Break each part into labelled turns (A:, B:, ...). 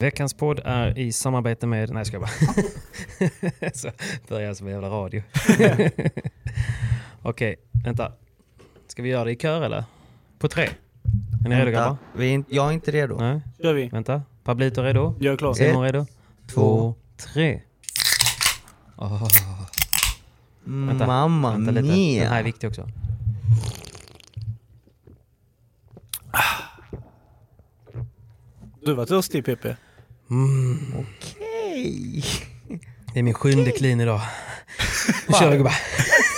A: Veckans podd är i samarbete med... Nej, jag skojar bara. så börjar jag som en jävla radio. Okej, vänta. Ska vi göra det i kör eller? På tre? Är ni redo grabbar?
B: Vänta, vi är inte, jag är inte redo.
A: Nej,
C: kör vi.
A: vänta. Pablito är redo?
C: Jag är klar.
A: Simon är redo?
B: Två.
A: tre. Åh, vänta.
B: Mamma
A: vänta lite. Den här är
B: mia.
A: viktig också.
C: Du var törstig PP.
B: Okej.
A: Det är min sjunde clean idag. Nu kör vi gubbar.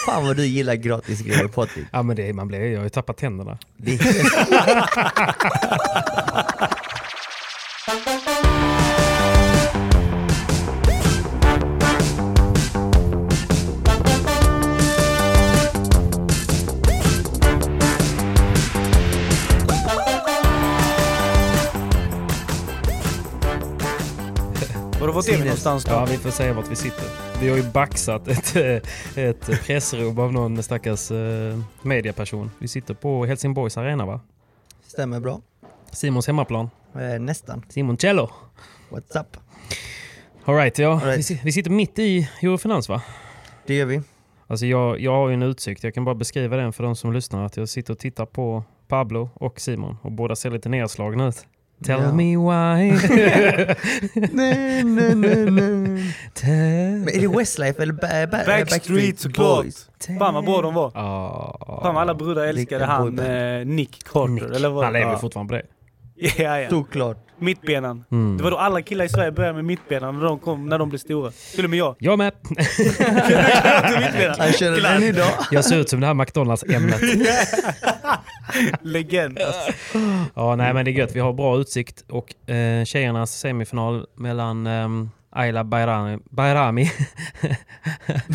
B: Fan vad du gillar typ. gratis grejer Patrik.
A: Ja men det, är- man blir, jag har ju tappat tänderna.
B: Det är helt-
C: Har du varit
B: Sinnes.
C: inne någonstans då?
A: Ja, vi får säga vart vi sitter. Vi har ju baxat ett, eh, ett pressrum av någon stackars eh, mediaperson. Vi sitter på Helsingborgs arena va?
B: Stämmer bra.
A: Simons hemmaplan.
B: Eh, nästan.
A: Simon Cello.
B: What's up?
A: Alright, ja.
B: All right.
A: Vi, si- vi sitter mitt i Eurofinans va?
B: Det gör vi.
A: Alltså jag, jag har ju en utsikt. Jag kan bara beskriva den för de som lyssnar. Att jag sitter och tittar på Pablo och Simon och båda ser lite nedslagna ut. Tell
B: Ja.
A: me why.
B: Nej, nej, nej, nej.
A: Tell-
B: Men är det Westlife eller ba- ba-
C: Backstreet såklart. Fan vad bra de var.
A: Ah.
C: Fan vad alla brudar älskade
B: Vilken
C: han
B: boyband.
C: eh, Nick Carter. Eller vad?
A: Han lever ju
C: ja.
A: fortfarande på det.
C: ja, ja.
B: Såklart.
C: Mittbenan.
A: Mm.
C: Det var då alla killar i Sverige började med mittbenan när de, kom, när de blev stora. Till och med jag.
A: Jag med.
C: Till mittbenan.
B: Han körde den idag.
A: Jag ser ut som det här McDonalds-ämnet.
C: Legend. Alltså.
A: Ja, nej men det är gött. Vi har bra utsikt och eh, tjejernas semifinal mellan ehm, Ayla Bayrami, Bayrami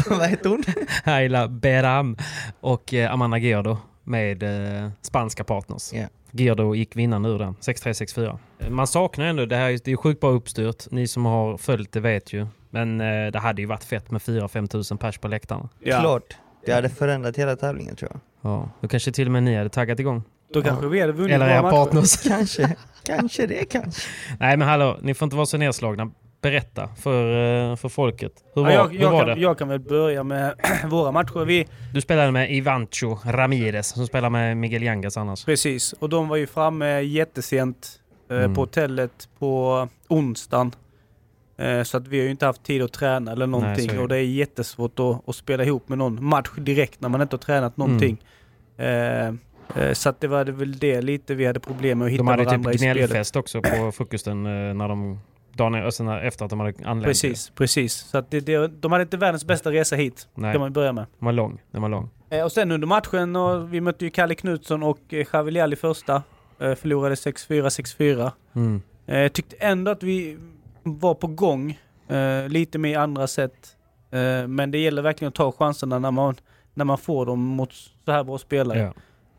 B: vad heter hon?
A: Ayla Beram och eh, Amanda Girdo med eh, spanska partners.
B: Ja.
A: Girdo gick vinnande ur den, 6-3, 6-4. Man saknar ändå, det här är- det är ju sjukt bra uppstyrt. Ni som har följt det vet ju. Men eh, det hade ju varit fett med 4-5 tusen pers på läktarna.
C: Ja.
B: Klart. Det hade förändrat hela tävlingen tror jag.
A: Ja, då kanske till och med ni hade taggat igång.
C: Då kanske vi hade vunnit
A: Eller
C: bra
A: era
C: matcher.
A: partners.
B: Kanske. Kanske det kanske.
A: Nej men hallå, ni får inte vara så nedslagna. Berätta för, eh, för folket. Hur var,
C: Ja, jag,
A: hur var
C: jag,
A: det?
C: kan, jag kan väl börja med våra matcher. Vi,
A: Du spelade med Ivancho Ramirez som spelar med Miguel Yangas annars.
C: precis, och de var ju framme jättesent eh,
A: Mm.
C: på hotellet på onsdagen. Eh, så att vi har ju inte haft tid att träna eller någonting.
A: så är det.
C: och det är jättesvårt att, att spela ihop med någon match direkt när man inte har tränat någonting. Eh, eh, så att det var det väl det lite vi hade problem med att hitta
A: De hade
C: varandra
A: typ
C: i spelet.
A: gnällfest också på frukosten eh, när de, dagen efter, efter att de hade anlänt.
C: Precis, precis. Så att det, det, de hade inte världens bästa resa hit.
A: Nej,
C: Kan man ju börja med.
A: den var lång. Den var lång.
C: Eh, och sen under matchen, och vi mötte ju Kalle Knutsson och eh, Chavelial i första. Eh, förlorade 6-4, 6-4.
A: Mm.
C: Eh, tyckte ändå att vi var på gång. Eh, lite mer i andra sätt. Eh, men det gäller verkligen att ta chanserna när man, när man får dem mot så här bra spelare.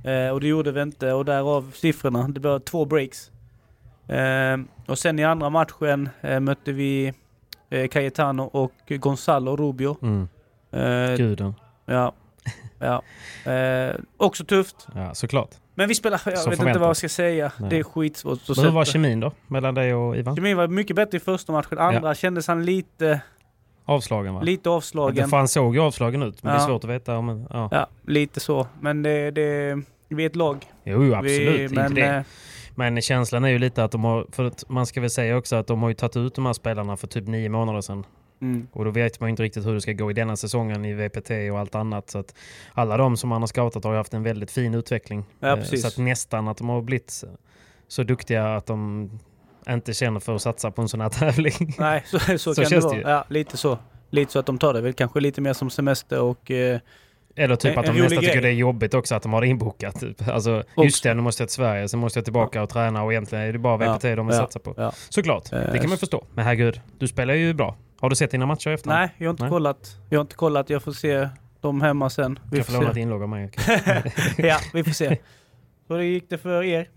A: Ja.
C: Eh, och det gjorde vi inte och därav siffrorna. Det var två breaks. Eh, och sen i andra matchen eh, mötte vi eh, Cayetano och Gonzalo Rubio.
A: Mm.
C: Eh,
A: Guden.
C: ja. ja. Eh, också tufft.
A: Ja, såklart.
C: Men vi spelar, jag
A: Som
C: vet inte
A: förväntat.
C: vad jag ska säga.
A: Nej.
C: Det är skitsvårt att
A: Men hur var
C: sätta.
A: kemin då? Mellan dig och Ivan?
C: Kemin var mycket bättre i första matchen. Andra kändes han lite,
A: Avslagen va?
C: lite avslagen.
A: För han såg ju avslagen ut, men det
C: Ja.
A: är svårt att veta. Om, en- ja.
C: Ja, lite så. Men det, det, vi är ett lag.
A: Jo, jo, absolut.
C: vi,
A: inte
C: men,
A: det.
C: eh,
A: Men känslan är ju lite att de har, för att man ska väl säga också att de har ju tagit ut de här spelarna för typ nio månader sedan.
C: mm.
A: Och då vet man ju inte riktigt hur det ska gå i denna säsongen i VPT och allt annat. Så att alla de som man har scoutat har ju haft en väldigt fin utveckling.
C: Ja,
A: Eh,
C: precis.
A: Så att nästan att de har blivit så duktiga att de inte känner för att satsa på en sån här tävling.
C: Nej, så, så, kan
A: känns
C: det
A: det
C: vara.
A: ju.
C: ja, lite så. Lite så att de tar det väl kanske lite mer som semester och... Eh,
A: Eller typ
C: En-
A: att
C: en
A: de
C: rolig
A: nästan tycker
C: grej.
A: det är jobbigt också att de har det inbokat. Typ. Alltså,
C: Också.
A: just det, nu måste jag till Sverige, sen måste jag tillbaka och träna och egentligen är det bara VPT de vill
C: ja,
A: satsa på.
C: ja. Eh,
A: Såklart, det kan man förstå. Men herregud, du spelar ju bra. Har du sett dina matcher efter?
C: nej, jag har inte
A: Nej.
C: kollat. Jag har inte kollat. Jag får se dem hemma sen.
A: Vi
C: Vi
A: kan få
C: får
A: låna ett
C: se.
A: inlogg av mig. okej.
C: ja, vi får se. Hur gick det för er?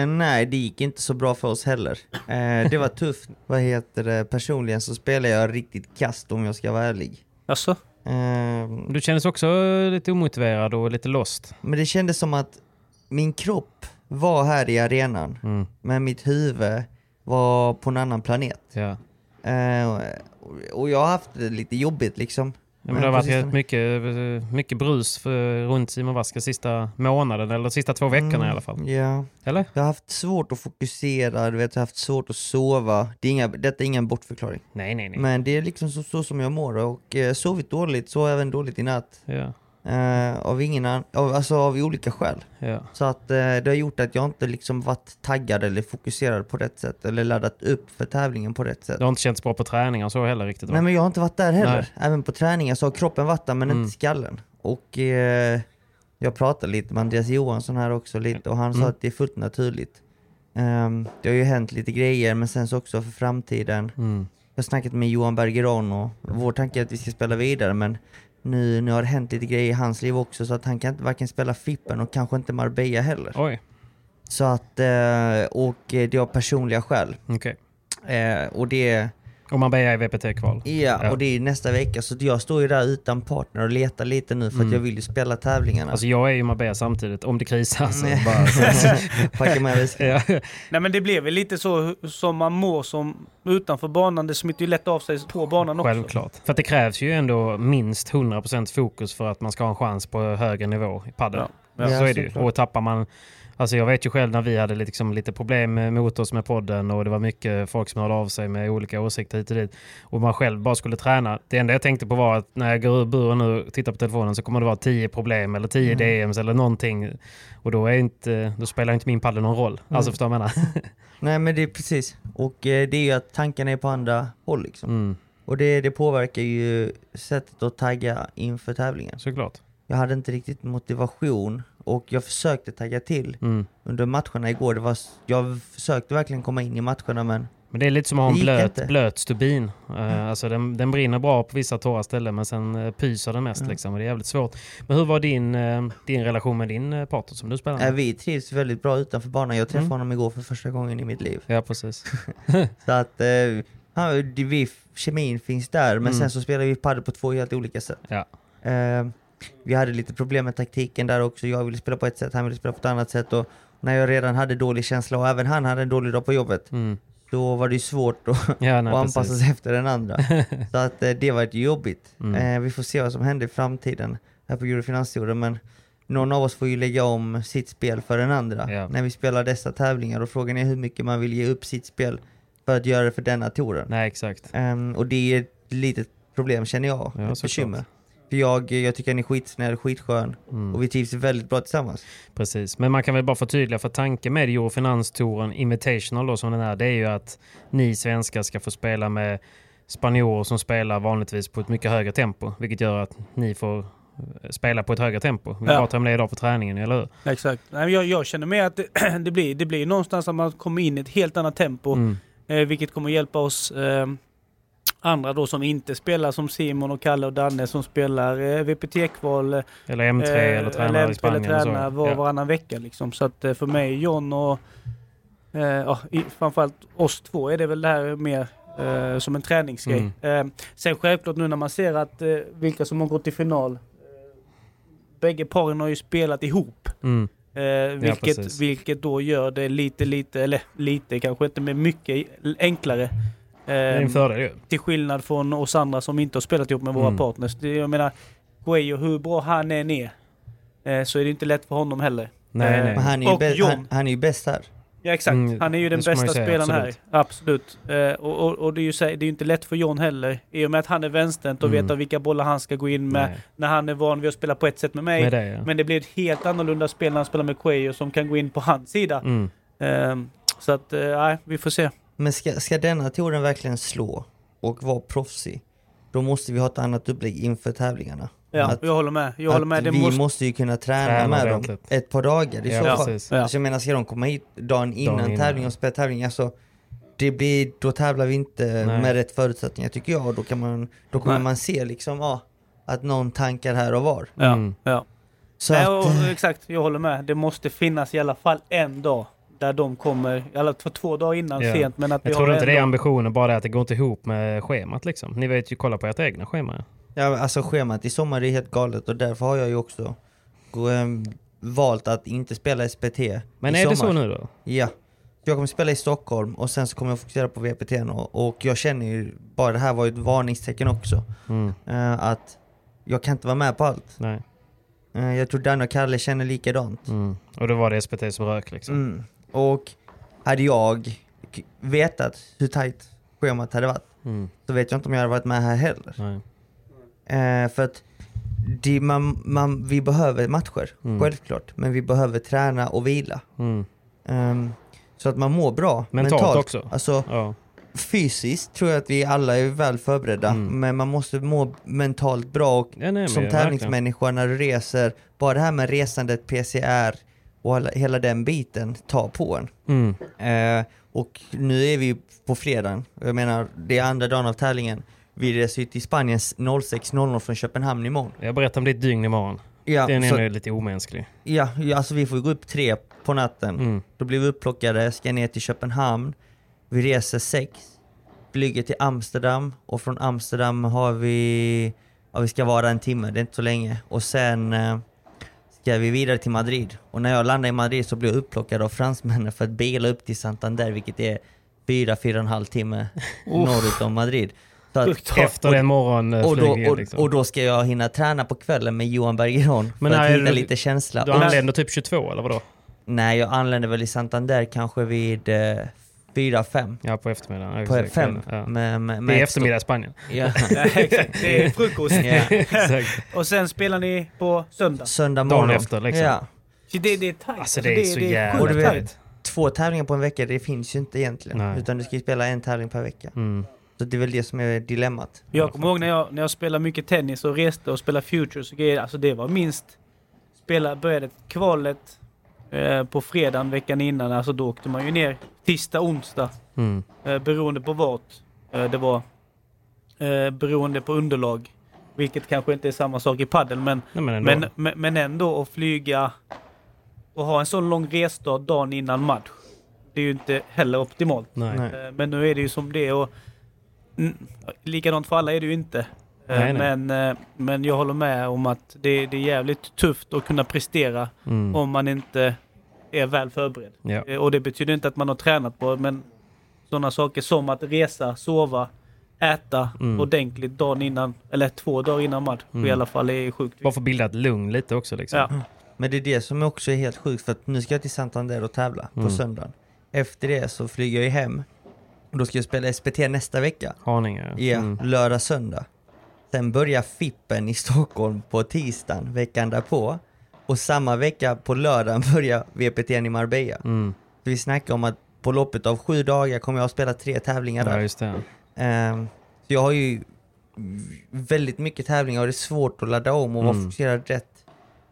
B: Eh, nej, det gick inte så bra för oss heller. Eh, det var tufft. Vad heter det? Personligen så spelar jag riktigt kast om jag ska vara ärlig.
C: Alltså,
B: Eh,
A: Du kändes också lite omotiverad och lite lost.
B: Men det kändes som att min kropp var här i arenan,
A: Mm.
B: men mitt huvud var på en annan planet.
A: Ja.
B: Eh, och jag har haft det lite jobbigt liksom.
A: Ja, men det har varit
B: precis.
A: rätt mycket, mycket brus för, runt Simon Vaska sista månaden, eller sista två
B: Mm.
A: veckorna i alla fall.
B: Ja.
A: Eller?
B: Jag har haft svårt att fokusera, du vet, jag har haft svårt att sova. Det är inga, detta är ingen bortförklaring.
A: Nej, nej, nej.
B: Men det är liksom så, så som jag mår och eh, sovit dåligt, sov även dåligt i natt.
A: Ja,
B: Eh, av, ingen an- av, alltså av olika skäl.
A: ja.
B: Så att eh, det har gjort att jag inte liksom varit taggad eller fokuserad på rätt sätt eller laddat upp för tävlingen på rätt sätt.
A: Det har inte känts bra på träningar och så heller riktigt. va?
B: Nej men jag har inte varit där heller. Även på träningar så har kroppen varit där men
A: Mm.
B: inte skallen. Och eh, jag pratade lite med Andreas Johansson här också lite och han sa
A: Mm.
B: att det är fullt naturligt. Ehm, det har ju hänt lite grejer men sen så också för framtiden.
A: Mm.
B: Jag har snackat med Johan Bergeron och vår tanke är att vi ska spela vidare men nu, nu har det hänt lite grejer i hans liv också så att han kan inte varken spela Fippen och kanske inte Marbella heller.
A: Oj,
B: Så att, eh, och eh, det har personliga skäl.
A: okej.
B: Eh, och det,
A: Och man begär i VPT-kval.
B: ja, och det är nästa vecka så att jag står ju där utan partner och letar lite nu för att jag vill ju spela tävlingarna.
A: Mm. Alltså jag är ju Marbella samtidigt, om det krisar så
B: Nej.
A: bara...
B: Packa med väskan.
A: ja.
C: nej men det blev väl lite så hu- som man mår som utanför banan. Det smittar ju lätt av sig på banan också.
A: Självklart. För att det krävs ju ändå minst 100% fokus för att man ska ha en chans på högre nivå i padel.
C: Ja.
B: Ja,
A: så är det ju.
B: såklart.
A: Och tappar man... Alltså jag vet ju själv när vi hade liksom lite problem med- mot oss med podden och det var mycket folk som hörde av sig med olika åsikter hit och dit. Och man själv bara skulle träna. Det enda jag tänkte på var att när jag går ur buren nu och tittar på telefonen så kommer det vara 10 problem eller 10
B: Mm.
A: DMs eller någonting. Och då, är inte, då spelar inte min padel någon roll.
B: Mm.
A: Alltså förstår du vad jag menar?
B: Nej men det är precis. Och eh, det är ju att tankarna är på andra håll liksom.
A: Mm,
B: Och det, det påverkar ju sättet att tagga inför tävlingen.
A: såklart.
B: Jag hade inte riktigt motivation och jag försökte tagga till
A: Mm.
B: under matcherna igår. Det var, s- jag försökte verkligen komma in i matcherna men
A: Men det är lite som att ha en
B: Det gick
A: blöt,
B: inte.
A: blöt stubin. Eh, Alltså den, den brinner bra på vissa torra ställen men sen eh, pyser den mest. Liksom, och det är jävligt svårt. Men hur var din, eh, din relation med din eh, partner som du spelade
B: eh,
A: med?
B: vi trivs väldigt bra utanför banan. Jag träffade
A: Mm.
B: honom igår för första gången i mitt liv.
A: Ja, precis.
B: Så att eh, han, det- vi, kemin finns där men
A: Mm.
B: sen så spelar vi padel på två helt olika sätt.
A: Ja.
B: Eh, vi hade lite problem med taktiken där också. Jag ville spela på ett sätt, han ville spela på ett annat sätt. Och när jag redan hade dålig känsla och även han hade en dålig dag på jobbet,
A: Mm.
B: då var det ju svårt att,
A: Ja, nej,
B: att anpassa
A: precis.
B: sig efter den andra. så att eh, det var ett jobbigt.
A: Mm.
B: Eh, vi får se vad som händer i framtiden här på Eurofinanstouren. Men någon av oss får ju lägga om sitt spel för den andra
A: Ja.
B: när vi spelar dessa tävlingar. Och frågan är hur mycket man vill ge upp sitt spel för att göra det för denna touren.
A: Nej, exakt.
B: Ehm, och det är ett litet problem känner jag,
A: Ja,
B: ett
A: såklart.
B: bekymmer. För jag, jag tycker han är skitsnäll, skitskön
A: Mm.
B: och vi trivs väldigt bra tillsammans.
A: Precis. Men man kan väl bara förtydliga, för tanken med Eurofinanstouren Invitational då, som den är, det är ju att ni svenskar ska få spela med spanjorer som spelar vanligtvis på ett mycket högre tempo, vilket gör att ni får eh, spela på ett högre tempo. Vi
C: Ja.
A: pratade om det idag på träningen, eller hur?
C: Exakt. Nej, men jag, jag känner med att det, det, blir, det blir någonstans att man kommer in i ett helt annat tempo.
A: Mm.
C: Eh, vilket kommer hjälpa oss eh, andra då som inte spelar som Simon och Kalle och Danne som spelar eh, VPT-kval eh,
A: Eller M3 Mm, eller tränare
C: eller
A: i
C: MP eller
A: Spanien. och så.
C: tränar var
A: Ja.
C: och varannan vecka. Liksom. Så att eh, för mig, John och eh, ja, i- framförallt oss två är det väl det här mer eh, som en träningsgrej.
A: Mm.
C: Eh, sen självklart nu när man ser att eh, vilka som har gått till final. Eh, bägge paren har ju spelat ihop.
A: Mm.
C: Eh, vilket,
A: precis.
C: vilket då gör det lite, lite, eller lite kanske inte, men mycket enklare.
A: Det är en
C: Ehm,
A: fördel ju.
C: till skillnad från oss andra som inte har spelat ihop med våra
A: Mm.
C: partners. Det, jag menar, Guayo, hur bra han än är, eh, så är det inte lätt för honom heller.
A: Nej,
C: eh,
A: nej.
B: Men han är ju
C: Och
B: bäst-
C: John.
B: han- han är ju bäst här.
C: Ja exakt,
A: Mm,
C: han är ju
A: det
C: den
A: ska man ju
C: bästa
A: säga,
C: spelaren här. Absolut. Eh, och, och, och det är ju så- det är ju inte lätt för John heller. I och med att han är vänsterhänt och
A: Mm.
C: vet vilka bollar han ska gå in med.
A: Nej.
C: När han är van vid att spela på ett sätt med mig.
A: Med det, ja.
C: Men det blir ett helt annorlunda spel när han spelar med Cuello som kan gå in på hans sida.
A: Mm.
C: Eh, så att, eh, nej, vi får se.
B: Men ska, ska denna touren verkligen slå och vara proffsig, då måste vi ha ett annat upplägg inför tävlingarna.
C: Ja,
B: Att-
C: jag håller med. Jag håller
B: att
C: med. Det
B: vi
C: måste...
B: måste... ju kunna träna,
A: Träna
B: med dem
A: ordentligt.
B: ett par dagar i
A: Ja,
B: så fall.
A: precis.
C: Ja.
B: Alltså, jag menar, ska de komma hit dagen innan,
A: innan.
B: tävling och spela tävling, alltså det blir, då tävlar vi inte
A: Nej.
B: med rätt förutsättningar tycker jag. Då, kan man, då kommer
C: Nej.
B: man se liksom, ja, att någon tankar här och var.
C: Ja,
A: Mm.
C: ja.
B: Så
C: Nej,
B: att,
C: och, exakt, jag håller med. Det måste finnas i alla fall en dag där de kommer, eller för två dagar innan
A: Ja.
C: sent. Men att vi
A: Jag tror
C: har
A: inte
C: en
A: det är
C: dag.
A: ambitionen, bara det att det går inte ihop med schemat liksom. Ni vet ju, kolla på ert egna schema.
B: Ja, alltså schemat i sommar är helt galet och därför har jag ju också gå- ehm, valt att inte spela SPT
A: Men
B: i
A: är
B: sommar.
A: det så nu då?
B: Ja. Jag kommer spela i Stockholm och sen så kommer jag fokusera på VPT och, och jag känner ju bara det här var ju ett varningstecken också.
A: Mm.
B: Eh, att jag kan inte vara med på allt.
A: Nej.
B: Eh, jag tror Dan och Kalle känner likadant.
A: Mm. Och då var det SPT som rök liksom.
B: Mm. Och hade jag k- vetat hur tajt schemat hade varit
A: Mm.
B: så vet jag inte om jag hade varit med här heller.
A: Nej.
B: Eh, för att det, man, man, vi behöver matcher,
A: Mm.
B: självklart. Men vi behöver träna och vila.
A: Mm.
B: Ehm, så att man mår bra
A: Mentalt
B: mentalt.
A: också.
B: Alltså,
A: Ja.
B: fysiskt tror jag att vi alla är väl förberedda.
A: Mm.
B: Men man måste må mentalt bra och
A: Ja, nej, men
B: som
A: ja,
B: tävlingsmänniska när du reser. Bara det här med resandet, PCR och alla, hela den biten tar på en.
A: verkligen. Mm.
B: Eh, och nu är vi på fredagen. Jag menar, det är andra dagen av tävlingen. Vi reser ju till Spanien 06.00 från Köpenhamn imorgon.
A: Jag berättar om ditt dygn imorgon.
B: Ja,
A: Den är
B: så,
A: nu lite omänsklig.
B: ja, ja, alltså vi får ju gå upp tre på natten.
A: Mm.
B: Då blir vi upplockade, ska ner till Köpenhamn. Vi reser sex, flyger till Amsterdam och från Amsterdam har vi... Ja, vi ska vara en timme, det är inte så länge. Och sen eh, ska vi vidare till Madrid. Och när jag landar i Madrid så blir jag upplockad av fransmännen för att bila upp till Santander, vilket är fyra, fyra och en halv timme norrut om Madrid. Så att,
C: Sjukt.
A: Efter
B: och-
A: den
B: och då,
A: morgonflygningen
B: och,
A: liksom.
B: och då ska jag hinna träna på kvällen med Johan Bergeron för
A: Men
B: att
A: är
B: hitta
A: du-
B: lite känsla.
A: Du
B: Och-
A: anländer typ 22 eller vadå?
B: Nej, jag anlände väl i Santander kanske vid eh, 4-5
A: Ja, på eftermiddagen. Ja,
B: på
A: exakt.
B: 5.
A: Ja.
B: Med, med,
A: Det
B: med
A: är
B: ett
A: eftermiddag i Spanien.
B: stort- Ja.
C: Nej, exakt. Det är frukost.
B: ja.
A: Exakt.
C: Och sen spelar ni på söndag.
B: Söndag
A: Dagen
B: morgon.
A: efter, liksom.
B: ja.
C: Så Det, det är tajt.
A: Alltså det är så jävla
C: sjukt
B: Och du vet-
C: tajt.
B: Två tävlingar på en vecka, det finns ju inte egentligen.
A: Nej.
B: Utan du ska ju spela en tävling per vecka.
A: Mm.
B: Så det är väl det som är dilemmat.
C: Jag kommer ihåg när jag, när jag spelade mycket tennis och reste och spelade futures och grejer. Alltså det var minst... Spela, började kvalet eh, på fredagen veckan innan. Alltså då åkte man ju ner tisdag, onsdag.
A: Mm.
C: Eh, beroende på vart eh, det var. Eh, beroende på underlag. Vilket kanske inte är samma sak i padel men,
A: Nej, men ändå.
C: men, men, men ändå att flyga och ha en sån lång resdag dagen innan match. Det är ju inte heller optimalt.
A: nej.
B: Nej.
C: Eh, Men nu är det ju som det är och mm, likadant för alla är det ju inte. Eh,
A: Nej, nej.
C: Men, eh, men jag håller med om att det, det är jävligt tufft att kunna prestera
A: Mm.
C: om man inte är väl förberedd.
A: Ja.
C: Eh, Och det betyder inte att man har tränat på men sådana saker som att resa, sova, äta
A: Mm.
C: ordentligt dagen innan, eller två dagar innan match
A: Mm.
C: i alla fall, är sjukt
A: Bara
C: viktigt.
A: för att bilda ett lugn lite också liksom.
C: Ja.
B: Men det är det som också är helt sjukt för att nu ska jag till Santander och tävla på
A: Mm.
B: söndagen. Efter det så flyger jag ju hem. Och då ska jag spela SPT nästa vecka.
A: Haninge.
B: Ja,
A: Mm.
B: lördag, söndag. Sen börjar Fippen i Stockholm på tisdagen veckan därpå. Och samma vecka på lördagen börjar VPT i Marbella.
A: Mm.
B: Så vi snackar om att på loppet av sju dagar kommer jag att spela tre tävlingar
A: Ja,
B: där.
A: just det.
B: Ehm, så jag har ju väldigt mycket tävlingar och det är svårt att ladda om och vara
A: Mm.
B: fokuserad rätt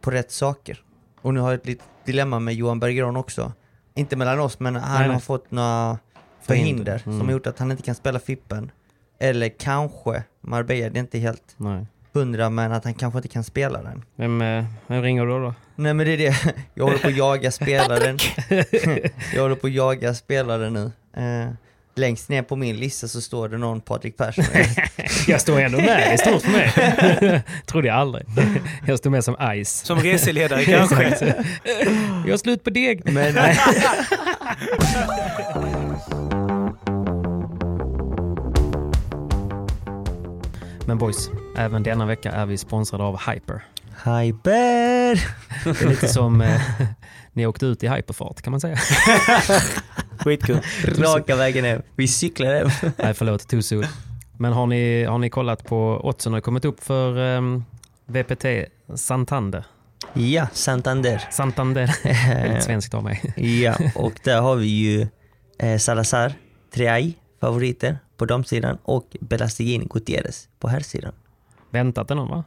B: på rätt saker. Och nu har jag ett litet dilemma med Johan Bergeron också. Inte mellan oss, men han
A: Nej, nej.
B: har fått några förhinder
A: Mm.
B: som har gjort att han inte kan spela Fippen. Eller kanske Marbella, det är inte helt
A: Nej.
B: hundra, men att han kanske inte kan spela den.
A: Vem, eh, vem ringer du då?
B: Nej men det är det, jag håller på att jaga spelaren. jag håller på att jaga spelaren nu. Eh, Längst ner på min lista så står det någon Patrik Persson.
A: Jag står ändå med, det är stort för mig. Trodde jag aldrig. Jag står med som Ice.
C: Som reseledare kanske.
A: Jag har slut på deg.
B: Men,
A: Men boys, även denna vecka är vi sponsrade av Hyper.
B: Hyper!
A: Det är lite som eh, ni åkte ut i hyperfart kan man säga.
C: Skitkul.
B: Raka vägen hem. Vi cyklar hem.
A: Nej förlåt, too soon. Men har ni, har ni kollat på oddsen? Har det kommit upp för um, VPT Santander?
B: Ja, Santander.
A: Santander. Väldigt svenskt av mig.
B: Ja, och där har vi ju eh, Salazar, Triay, favoriter på damsidan och Belastigin Gutierrez på herrsidan.
A: Väntat ändå va?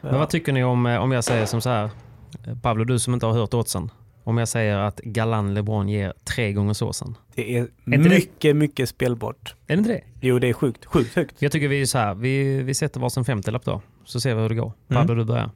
A: Men vad tycker ni om, eh, om jag säger som så här, eh, Pablo du som inte har hört oddsen. Om jag säger att Galan LeBron ger tre gånger såsen.
C: Det är
A: inte det-
C: mycket, mycket spelbart.
A: Är det inte det?
C: Jo, det är sjukt. Sjukt högt.
A: Jag tycker vi är så här, vi, vi sätter varsin femtiolapp då. Så ser vi hur det går.
B: Mm.
A: Pablo du börjar.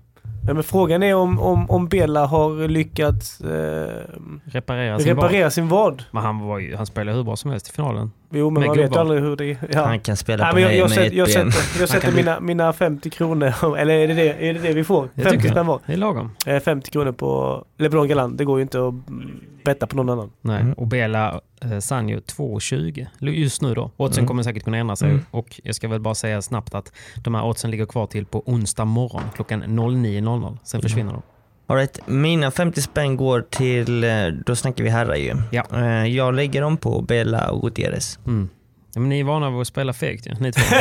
C: Ja, men frågan är om, om, om Bella har lyckats eh,
A: Reparera sin val.
C: reparera sin vad.
A: Men han, var ju, han spelade hur bra som helst i finalen.
C: Jo, men
A: Med
C: man vet
A: gubbar.
C: aldrig hur det... Ja.
B: Han kan spela
C: Nej,
B: på
C: men jag,
B: mig
C: jag,
B: med
C: sätter,
B: ett
C: jag,
B: ben.
C: sätter, jag sätter
A: kan bli-
C: mina, mina 50 kronor, eller är det det, är det, det vi får?
A: Jag
C: 50
A: tycker
C: spänn var.
A: Det är lagom.
C: Eh, 50 kronor på LeBron Galan. Det går ju inte att mm, betta på någon annan.
A: Nej.
B: Mm.
A: Och Bela eh, Sanjo 2,20 just nu då. Oddsen
B: Mm.
A: kommer säkert kunna ändra sig.
B: Mm.
A: Och jag ska väl bara säga snabbt att de här oddsen ligger kvar till på onsdag morgon klockan 09.00.
C: Mm.
A: Sen försvinner de.
B: All right. Mina 50 spänn går till, eh, då snackar vi herrar ju.
A: Ja.
B: Eh, Jag lägger dem på Bella och Gutierrez.
A: Mm. Ja, men ni är vana vid att spela fegt ju, ni två.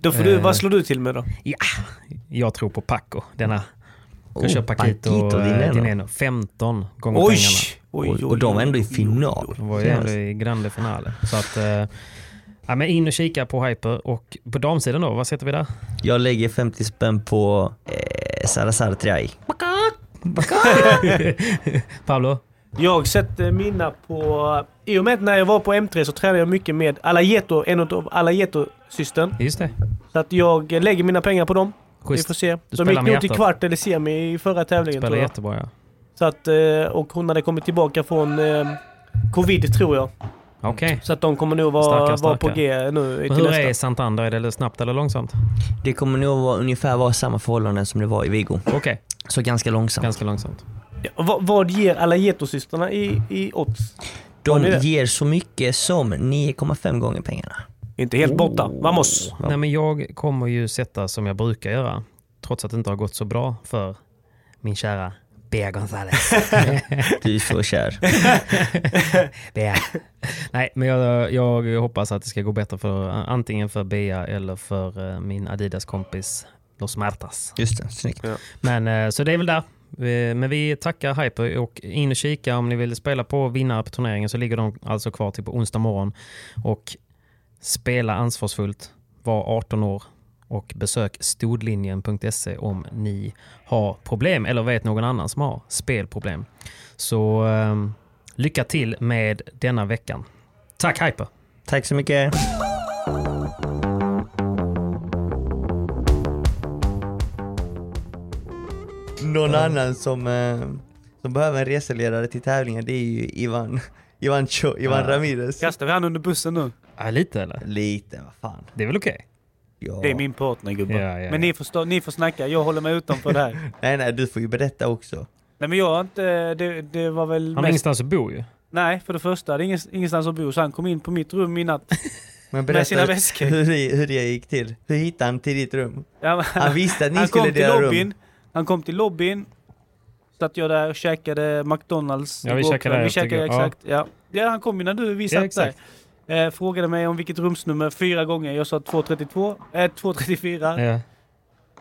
C: Då får du,
A: Eh.
C: vad slår du till med då?
A: Jag tror på Paco, denna. Jag
B: Oh,
A: kör Paquito
B: Paquito
A: eh,
B: Dineno.
A: Dineno. 15 gånger
C: Oj!
A: pengarna.
C: Oj,
B: Och, och de är ändå i final.
A: De var ju ändå i grande finale. Så att, eh, ja, men in och kika på Hyper. Och på damsidan då, vad sätter vi där?
B: Jag lägger 50 spänn på eh, Salazar Triay.
A: Pablo?
C: Jag sätter mina på... I och med att när jag var på M3 så tränade jag mycket med Alayeto, en av Alayeto-systern.
A: Just det.
C: Så att jag lägger mina pengar på dem. Vi
A: Schysst.
C: får se. De
A: spelar
C: gick
A: med
C: nog till
A: hjärtat.
C: kvart eller semi i förra tävlingen
A: Spelar
C: tror jag.
A: jättebra ja.
C: Så att, eh, och hon hade kommit tillbaka från eh, covid tror jag.
A: Okej.
C: Så att de kommer nog vara,
A: Starka, starka.
C: vara på G
A: Men
C: nu till
A: Hur
C: nästa.
A: är Santander? Är det snabbt eller långsamt?
B: Det kommer nog vara ungefär vara samma förhållanden som det var i Vigo.
A: Okej,
B: Så ganska långsamt.
A: ganska långsamt.
C: Ja, vad, vad ger Alayeto-systrarna i, i odds? Har
B: De
C: ni det?
B: ger så mycket som 9,5 gånger pengarna.
C: Inte
B: Oh.
C: helt borta. Vamos!
A: Nej, men jag kommer ju sätta som jag brukar göra, trots att det inte har gått så bra för min kära Bea González.
B: Du är så kär.
A: Bea. Nej, men jag, jag hoppas att det ska gå bättre för antingen för Bea eller för eh, min Adidas-kompis Los Martas.
B: Just det, snyggt.
A: Men eh, så det är väl där. Eh, Men vi tackar Hyper och in och kika om ni vill spela på vinnare på turneringen så ligger de alltså kvar till på onsdag morgon. Och spela ansvarsfullt, var 18 år och besök stodlinjen.se om ni har problem eller vet någon annan som har spelproblem. Så eh, lycka till med denna veckan. Tack Hyper!
B: Tack så mycket. Någon annan som, eh, som behöver en reseledare till tävlingen det är ju Ivan, Ivan, Cho, Ivan
A: Ja.
B: Ramirez.
C: Kastar vi han under bussen nu?
A: Ja, lite eller?
B: Lite, vad fan.
A: Det är väl okej?
B: Ja.
C: Det är min partner gubbar.
A: Ja, ja, ja.
C: Men ni får, stå, ni får snacka, jag håller mig utanför det här.
B: Nej nej, du får ju berätta också.
C: Nej men jag har inte... Det, det var väl
A: Han har
C: mest...
A: ingenstans att bo ju.
C: Nej, för det första hade ingen, ingenstans att bo så han kom in på mitt rum i natt.
B: Men
C: Med sina
B: berätta
C: väskor.
B: hur, det- hur det gick till. Hur hittade han till ditt rum?
C: Ja, men-
B: Han visste att ni
C: han
B: skulle
C: kom till
B: dela rum.
C: lobbyn. Han kom till lobbyn. Satt jag där och käkade McDonalds.
A: Ja, vi
C: igår
A: käkade
C: kväll. vi
A: efter-
C: käkade
A: ja.
C: exakt. Ja. Ja. han kom ju när du, vi
A: Ja,
C: satt där.
A: exakt.
C: Eh, frågade mig om vilket rumsnummer fyra gånger. Jag sa 232, eh, 234.
A: Ja.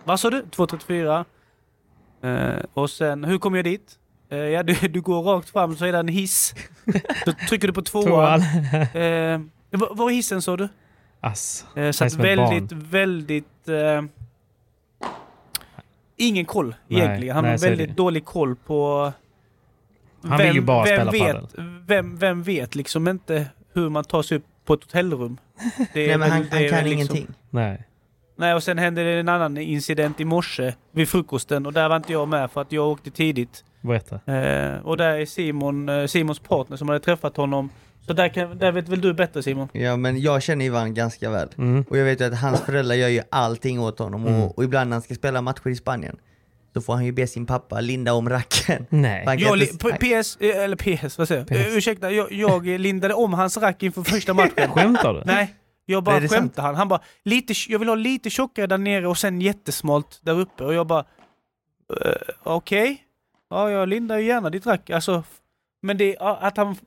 C: Vad sa du? 234. Eh, och sen, hur kom jag dit? Eh, ja, du, du går rakt fram så är det en hiss. Då trycker du på tvåan.
A: Tvåan.
C: Eh, var, var är hissen sa du?
A: Ass.
C: Eh, så att
A: som ett
C: väldigt, väldigt... Eh, ingen koll
A: Nej,
C: egentligen. Han
A: nej,
C: har
A: så är
C: väldigt
A: det.
C: dålig koll på...
A: Han vill ju bara spela padel.
C: vet, vem, vem vet liksom inte hur man tar sig upp på ett hotellrum? Det
B: Nej
C: är
B: men
C: väl-
B: han,
C: det
B: han
C: är
B: kan
C: väl liksom-
B: ingenting.
A: Nej.
C: Nej, och sen hände det en annan incident i morse vid frukosten och där var inte jag med för att jag åkte tidigt.
A: Berätta.
C: Eh, och där är Simon, eh, Simons partner som hade träffat honom. Så där, kan, där vet väl du bättre Simon?
B: Ja men jag känner Ivan ganska väl.
A: Mm.
B: Och jag vet ju att hans föräldrar gör ju allting åt honom och, och ibland när han ska spela matcher i Spanien så får han ju be sin pappa linda om racken.
A: Nej.
B: Han kan
C: Jag, li-
B: inte-
C: p- PS, eh, eller PS, vad säger jag?
A: PS.
C: Eh, Ursäkta, jag, jag lindade om hans rack inför första matchen.
A: Skämtar du?
C: Nej, jag
B: Nej,
C: bara
B: det är
C: skämtade han. Han bara, lite, jag vill ha lite tjockare där nere och sen jättesmalt där uppe. Och jag bara, eh, okej. Ja, jag lindar ju gärna ditt rack. Alltså, f- men det, ja, att han f-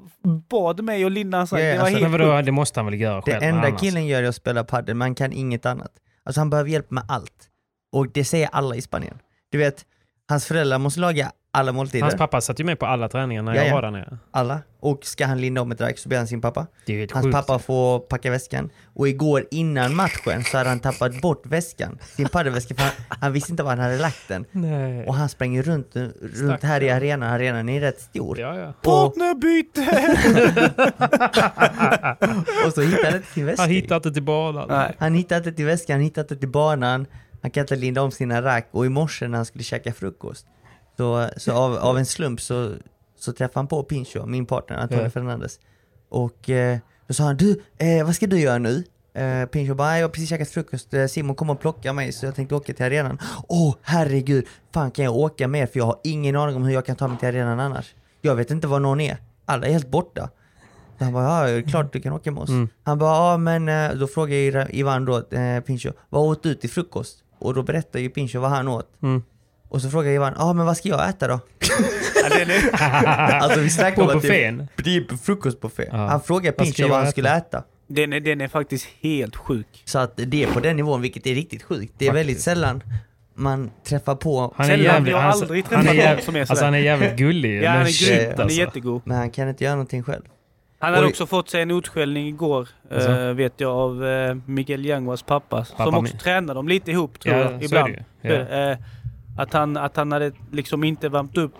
C: bad mig att linda hans rack,
B: Ja,
C: det var
B: alltså,
C: helt
A: Men vadå,
C: sjukt.
A: det måste han väl göra
B: Det
A: själv?
B: enda
A: annars.
B: killen gör är att spela padel, man kan inget annat. Alltså han behöver hjälp med allt. Och det säger alla i Spanien. Du vet, hans föräldrar måste laga alla måltider.
A: Hans pappa satt ju med på alla träningar när
B: Ja,
A: jag
B: ja.
A: var där nere.
B: Alla. Och ska han linda om ett rack så ber han sin pappa.
A: Det är ju helt
B: Hans
A: sjukt.
B: pappa får packa väskan. Och igår innan matchen så hade han tappat bort väskan. Sin padelväska för han, han visste inte var han hade lagt den.
A: Nej.
B: Och han sprang ju runt, runt här i arenan, arenan är rätt stor.
A: Ja, ja.
B: Och,
C: Partnerbyte!
B: och så hittade han inte sin väska.
A: Han hittade inte till banan.
C: Nej.
B: Han hittade inte till väskan, han hittade inte till banan, han kan inte linda om sina rack och i morse när han skulle käka frukost så, så av, av en slump så, så träffade han på Pincho, min partner Antonio
A: Ja.
B: Fernandes. Och eh, då sa han du, eh, vad ska du göra nu? Eh, Pincho bara, jag har precis käkat frukost, eh, Simon kommer och plocka mig så jag tänkte åka till arenan. Åh herregud, fan kan jag åka med för jag har ingen aning om hur jag kan ta mig till arenan annars. Jag vet inte var någon är, alla är helt borta. Så han bara, ja det är klart du kan åka med oss.
A: Mm.
B: Han bara, ja men eh, då frågar jag Ira- Ivan då, eh, Pincho, vad åt du till frukost? Och då berättar ju Pincho vad han åt.
A: Mm.
B: Och så frågar Ivan, ja men vad ska jag äta då? alltså vi
A: Ah. På
B: snackar om att det
A: buffén.
B: det är frukostbuffé.
A: Ja.
B: Han frågar
A: Vad ska
B: Pincho
A: jag
B: vad han
A: äta?
B: skulle äta.
C: Den är, den är faktiskt helt sjuk.
B: Så att det är på den nivån, vilket är riktigt sjukt. Det är väldigt sällan man träffar på,
A: Han är
C: Sällan,
A: jävligt...
C: jag har
A: han-
C: aldrig
A: han är
C: träffat någon
A: jävligt-
C: som är
A: Alltså
C: sådär.
A: han är jävligt gullig.
C: Ja, han
A: men
C: är grym.
A: shit,
C: Han är
A: alltså.
C: jättegod.
B: men han kan inte göra någonting själv.
C: Han hade
B: Oj.
C: också fått sig en utskällning igår, eh,
A: Alltså?
C: vet jag, av eh, Miguel Yanguas pappa. som
A: Pappa
C: också
A: mi-
C: tränade dem lite ihop, tror
A: Ja, så är
C: jag,
A: det
C: ibland.
A: ju. Ja.
C: Så, eh, att, han, att han hade liksom inte värmt upp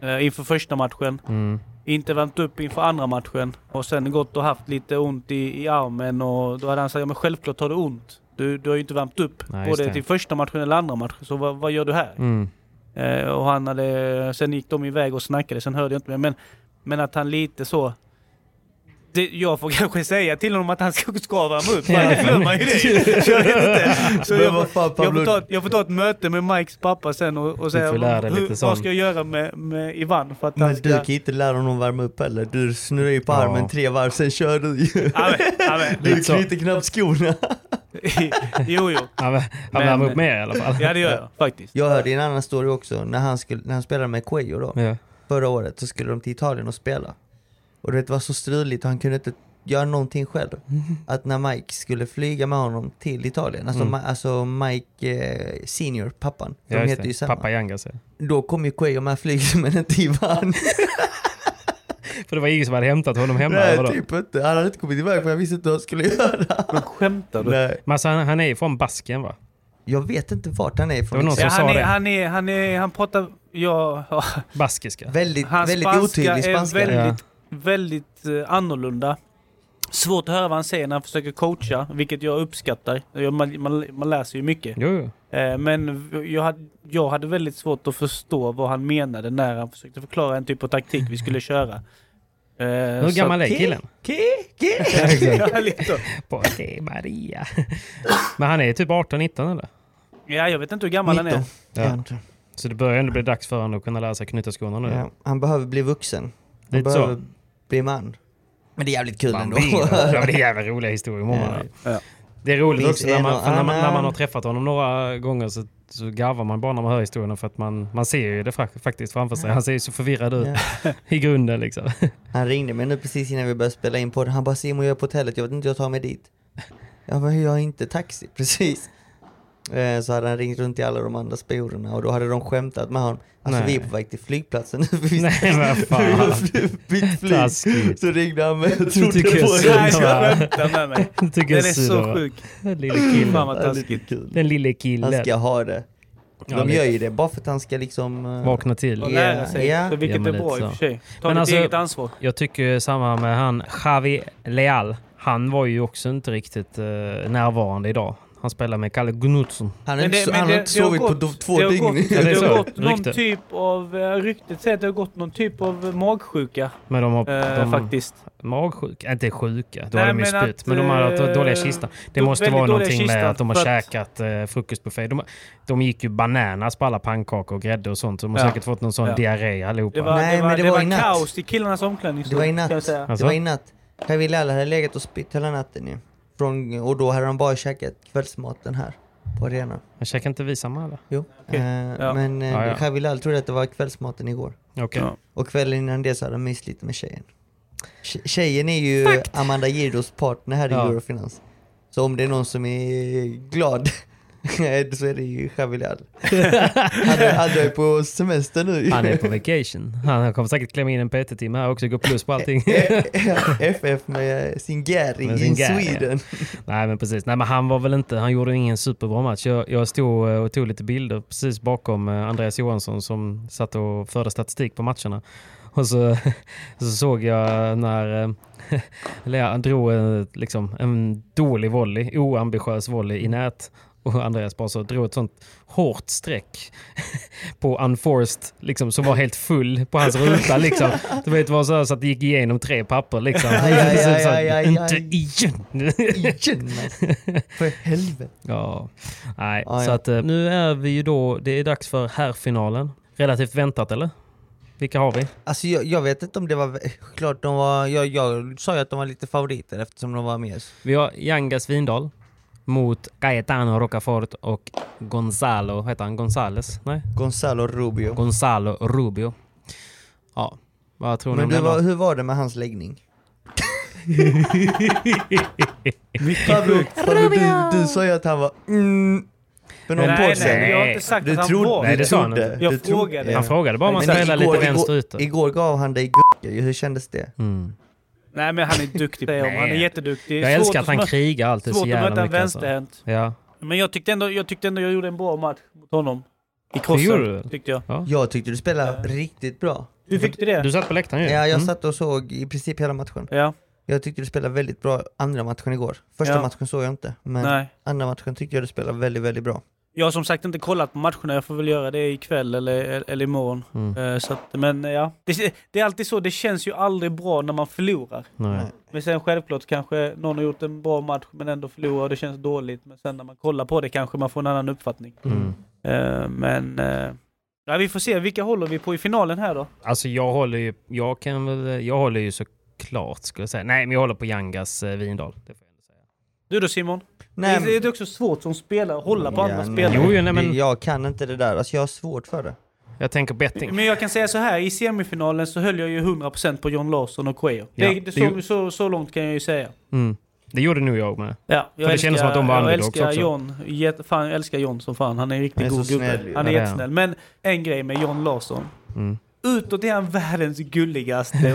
C: eh, inför första matchen.
A: Mm.
C: Inte värmt upp inför andra matchen. Och sen gått och haft lite ont i, i armen och då hade han sagt ja men självklart har du ont. Du, du har ju inte värmt upp
A: Nej, just
C: både
A: det.
C: till första matchen eller andra matchen. Så vad, vad gör du här?
A: Mm.
C: Eh, och han hade, sen gick de iväg och snackade, sen hörde jag inte mer. Men, men att han lite så... Det, jag får kanske säga till honom att han ska, ska värma upp. Han glömmer ju det. Så jag vet inte. Så
B: Men
C: jag,
B: vad
C: får,
B: fan,
C: jag,
B: Pablo?
C: får ta, ett- jag får ta ett möte med Mikes pappa sen och, och säga
A: får lära dig lite
C: hur,
A: sånt."
C: vad ska jag göra med, med Ivan för att
B: Men
C: han
B: du
C: ska...
B: kan ju inte lära honom att värma upp heller. Du snurrar ju på
A: Ja.
B: armen tre varv, sen kör du ju.
C: Ja, men, ja, men.
B: Du
A: Lite så.
B: knyter knappt skorna.
C: Jo, jo.
A: Han han värmer upp mer i alla fall.
C: Ja, det gör jag faktiskt.
B: Jag hörde en annan story också, när han, skulle, när han spelade med Cuello då,
A: Ja.
B: förra året, så skulle de till Italien och spela. Och du vet, det var så struligt och han kunde inte göra någonting själv. Att när Mike skulle flyga med honom till Italien, alltså, Ma- alltså Mike eh, Senior, pappan, de
A: Mm. Ja, just
B: heter
A: det.
B: ju samma.
A: Pappa Yangas ja.
B: Då kom ju Cuello med flyget men inte Ivan.
A: För det var ingen som hade hämtat honom hemma. eller vadå?
B: Nej, typ inte. Han hade inte kommit iväg för jag visste inte vad jag skulle göra.
C: Men skämtar du?
B: Nej.
A: Men alltså, han, han är ju från Baskien va?
B: Jag vet inte vart han är
A: Det var
B: ifrån.
A: någon
B: exakt.
A: som-
C: Ja, han,
A: sa
C: är,
A: det.
C: han, är, han, är, han pratar... Ja,
A: Baskiska.
B: Väldigt,
C: Hans
B: väldigt
C: spanska
B: otydlig spanska.
C: är väldigt, väldigt eh, annorlunda. Svårt att höra vad han säger när han försöker coacha, vilket jag uppskattar. Jag- Man, man, man läser ju mycket.
A: Jo, jo.
C: Eh, Men v- jag hade, jag hade väldigt svårt att förstå vad han menade när han försökte förklara en typ av taktik vi skulle köra. Eh,
A: Hur
C: så-
A: gammal är killen?
C: Ja, lite.
A: Pate Maria. Men han är typ 18-19 eller?
C: ja, jag vet inte hur gammal han är.
B: 19. Ja.
A: Så det börjar ändå bli dags för honom att kunna lära sig knyta skorna nu.
B: Ja, han behöver bli vuxen. Han
A: Lite så.
B: behöver bli man. Men det är jävligt kul
A: Man
B: ändå.
A: vill. Ja, men det är jävla roliga historier om honom.
C: Ja.
A: Det är roligt
B: Finns
A: också när man,
B: en och
A: för när, man, när man har
B: annan.
A: träffat honom några gånger så, så garvar man bara när man hör historierna för att man, man ser ju det frak- faktiskt framför sig. Han ser ju så förvirrad ut i grunden liksom.
B: Han ringde mig nu precis innan vi började spela in podden. Han bara Simon jag är på hotellet, jag vet inte hur jag tar mig dit. Jag bara, jag har inte taxi, precis. Eh, Så hade han ringt runt till alla de andra spanjorerna och då hade de skämtat med honom. Alltså
A: Nej.
B: vi är på väg till flygplatsen nu för vi
A: Nej, vad fan.
B: bytt flyg.
A: Taskigt.
B: Så ringde han mig och trodde
A: tycker jag
B: på
A: synd
C: Nej,
B: det.
C: jag skämtar med mig.
A: Tycker
C: Den
A: jag
C: är
A: synd om
C: så
A: honom.
C: sjuk.
A: Den lille killen.
C: Fan vad
B: Ja, lite
C: taskigt.
B: kul.
A: Den lille
B: Han
A: killen.
B: ska ha det.
A: Ja,
B: De
A: det-
B: gör ju det bara för att han ska liksom... eh,
A: Vakna till.
C: Och
B: Ja,
C: lära sig,
B: ja.
C: för vilket
A: Ja, men
C: är
A: lite
C: bra i och
A: så.
C: för sig. Ta
A: Men
C: ditt
A: alltså-
C: eget ansvar.
A: Jag tycker ju samma med han Javi Leal. Han var ju också inte riktigt eh, närvarande idag. Han spelar med Kalle Gnutsson.
B: Han har
C: Men
B: inte,
C: det-
B: so-
C: men
B: han
C: det-
B: har inte
C: det har
B: sovit på
C: gått-
B: do- två
C: det har
B: dygn.
C: gått-
A: Ja, det är
C: Det
A: så.
C: har gått någon
A: Rykte.
C: typ av... eh, Ryktet säger att det har gått någon typ av eh, magsjuka.
A: Men de har
C: Eh,
A: de,
C: faktiskt.
A: magsjuka. Inte sjuka, då
C: Nej,
A: har de ju
C: men
A: spytt.
C: att,
A: Men de har haft
C: eh,
A: dåliga kista. Det
C: de-
A: måste
C: väldigt
A: vara
C: dåliga
A: någonting med
C: kistan
A: att de har
C: för att-
A: käkat eh, frukostbuffé. De, de gick ju bananas på alla pannkakor och grädde och sånt. Så de har
C: Ja.
A: säkert fått någon sån
C: Ja.
A: diarré allihopa.
C: Det var,
B: Nej,
C: det var,
B: men
C: det
B: det var
C: var,
B: i natt.
C: kaos i killarnas
B: Det
C: omklädningsrum.
B: var i
C: kan jag
B: natt.
C: säga.
A: Alltså?
B: Det var i natt. Kaj Villalle hade legat och spytt hela natten ju. Från, och då hade de bara käkat kvällsmaten här på arenan.
A: Men käkar inte vi samma eller?
B: Jo.
C: Okej.
B: Eh,
C: Ja.
B: Men eh,
A: Ja, ja.
B: Kaj Villalle trodde att det var kvällsmaten igår.
A: Okej.
C: Ja.
B: Och kvällen innan det så hade de myst lite med tjejen. Tje- Tjejen är ju Amanda Girdos partner här i
A: Ja.
B: Eurofinans. Så om det är någon som är glad så är det ju Javilal. han, är- han är på semester nu.
A: Han är på vacation. Han kommer säkert klämma in en PT-timme här också. Gå plus på allting.
B: FF med sin Gary
A: Med
B: i
A: sin Gary.
B: Sweden.
A: Nej men precis. Nej men han var väl inte, han gjorde ingen superbra match. Jag, jag stod eh, och tog lite bilder precis bakom eh, Andreas Johansson som satt och förde statistik på matcherna. Och så, så såg jag när eh, eller han drog eh, liksom en dålig volley, oambitiös volley i nät. Och Andreas bara så drog ett sånt hårt streck på unforced, liksom, som var helt full på hans ruta. Liksom. Du vet, det var så, här så att det gick igenom tre papper. Liksom.
B: Aj, aj, aj, aj, aj.
A: Inte igen!
B: Igen alltså. För helvete.
A: Ja, nej.
B: Ja,
A: så
B: ja.
A: att eh, nu är vi ju då, det är dags för herrfinalen. Relativt väntat eller? Vilka har vi?
B: Alltså jag, jag vet inte om det var... Klart de var... Jag, jag sa ju att de var lite favoriter eftersom de var med.
A: Vi har Janga Svindal mot Cayetano Rocafort och Gonzalo, heter han Gonzales? Nej?
B: Gonzalo Rubio.
A: Gonzalo Rubio. Ja, vad tror ni
B: Men
A: om
B: du,
A: den då?
B: vad- hur var det med hans läggning? Pablo,
C: Vilken
B: Pablo du, du sa ju att han var mm, för någon
C: Nej,
B: nej,
C: nej,
B: sen.
C: jag har inte sagt
B: Du
C: att han
B: trodde,
C: var
A: Nej, det
B: du
A: sa han
B: trodde,
A: inte.
C: Jag
B: du trodde-
C: frågade.
B: Ja.
A: Han frågade bara om man
B: Men
A: spelar lite
B: igår-
A: vänster
B: igår-
A: ute.
B: Igår gav han dig gucka ju. hur kändes det?
A: Mm.
C: Nej, men han är duktig. säger jag. Han är
A: Nej.
C: jätteduktig.
A: Jag
C: Svårt
A: älskar att han
C: möta-
A: krigar alltid så
C: Svårt att möta
A: jävla
C: en
A: mycket. Alltså.
C: vänsterhänt.
A: Ja.
C: Men jag tyckte, ändå, jag tyckte ändå jag gjorde en bra match mot honom. I
A: gjorde du väl?
C: crossen, tyckte jag.
B: Jag tyckte du spelade riktigt bra.
C: Hur fick du det?
A: Du satt på läktaren ju.
B: Ja, jag
A: Mm.
B: satt och såg i princip hela matchen.
C: Ja,
B: Jag tyckte du spelade väldigt bra andra matchen igår. Första
C: Ja.
B: matchen såg jag inte, men
C: nej.
B: andra matchen tyckte jag du spelade väldigt, väldigt bra.
C: Jag har som sagt inte kollat på matcherna. Jag får väl göra det ikväll eller, eller imorgon.
A: Mm.
C: Eh, Så att, men eh, ja. Det, det är alltid så. Det känns ju aldrig bra när man förlorar.
A: Nej.
C: Men sen självklart kanske någon har gjort en bra match men ändå förlorar och det känns dåligt. Men sen när man kollar på det kanske man får en annan uppfattning.
A: Mm.
C: Eh, men eh, ja, vi får se. Vilka håller vi på i finalen här då?
A: Alltså jag håller ju, jag kan väl, jag håller ju såklart skulle jag säga. Nej, men jag håller på Yangas eh, Vindal. Det får jag ändå säga.
C: Du då Simon?
B: Nej,
C: det är det också svårt som spelare att hålla på
B: Ja,
C: andra
B: nej.
C: spelare.
A: Jo, jo, nej, men-
B: Jag kan inte det där, alltså jag har svårt för det.
A: Jag tänker betting.
C: Men jag kan säga så här, i semifinalen så höll jag ju 100% på John Larsson och Quayo.
A: Ja,
C: det,
A: det
C: det,
A: ju-
C: så, så, så långt kan jag ju säga.
A: Mm. Det gjorde nog jag med.
C: Ja, jag
A: det kändes som att de var
C: jag
A: underdogs
C: älskar
A: också.
C: John. Jätte, fan, jag älskar John som fan. Han är en
B: Han
C: riktigt
B: är så
C: god
B: snäll
C: gubbe.
B: ju.
C: Han är
A: Ja, det är
C: jättesnäll. Men en grej med John Larsson.
A: Mm.
C: Utåt är han världens gulligaste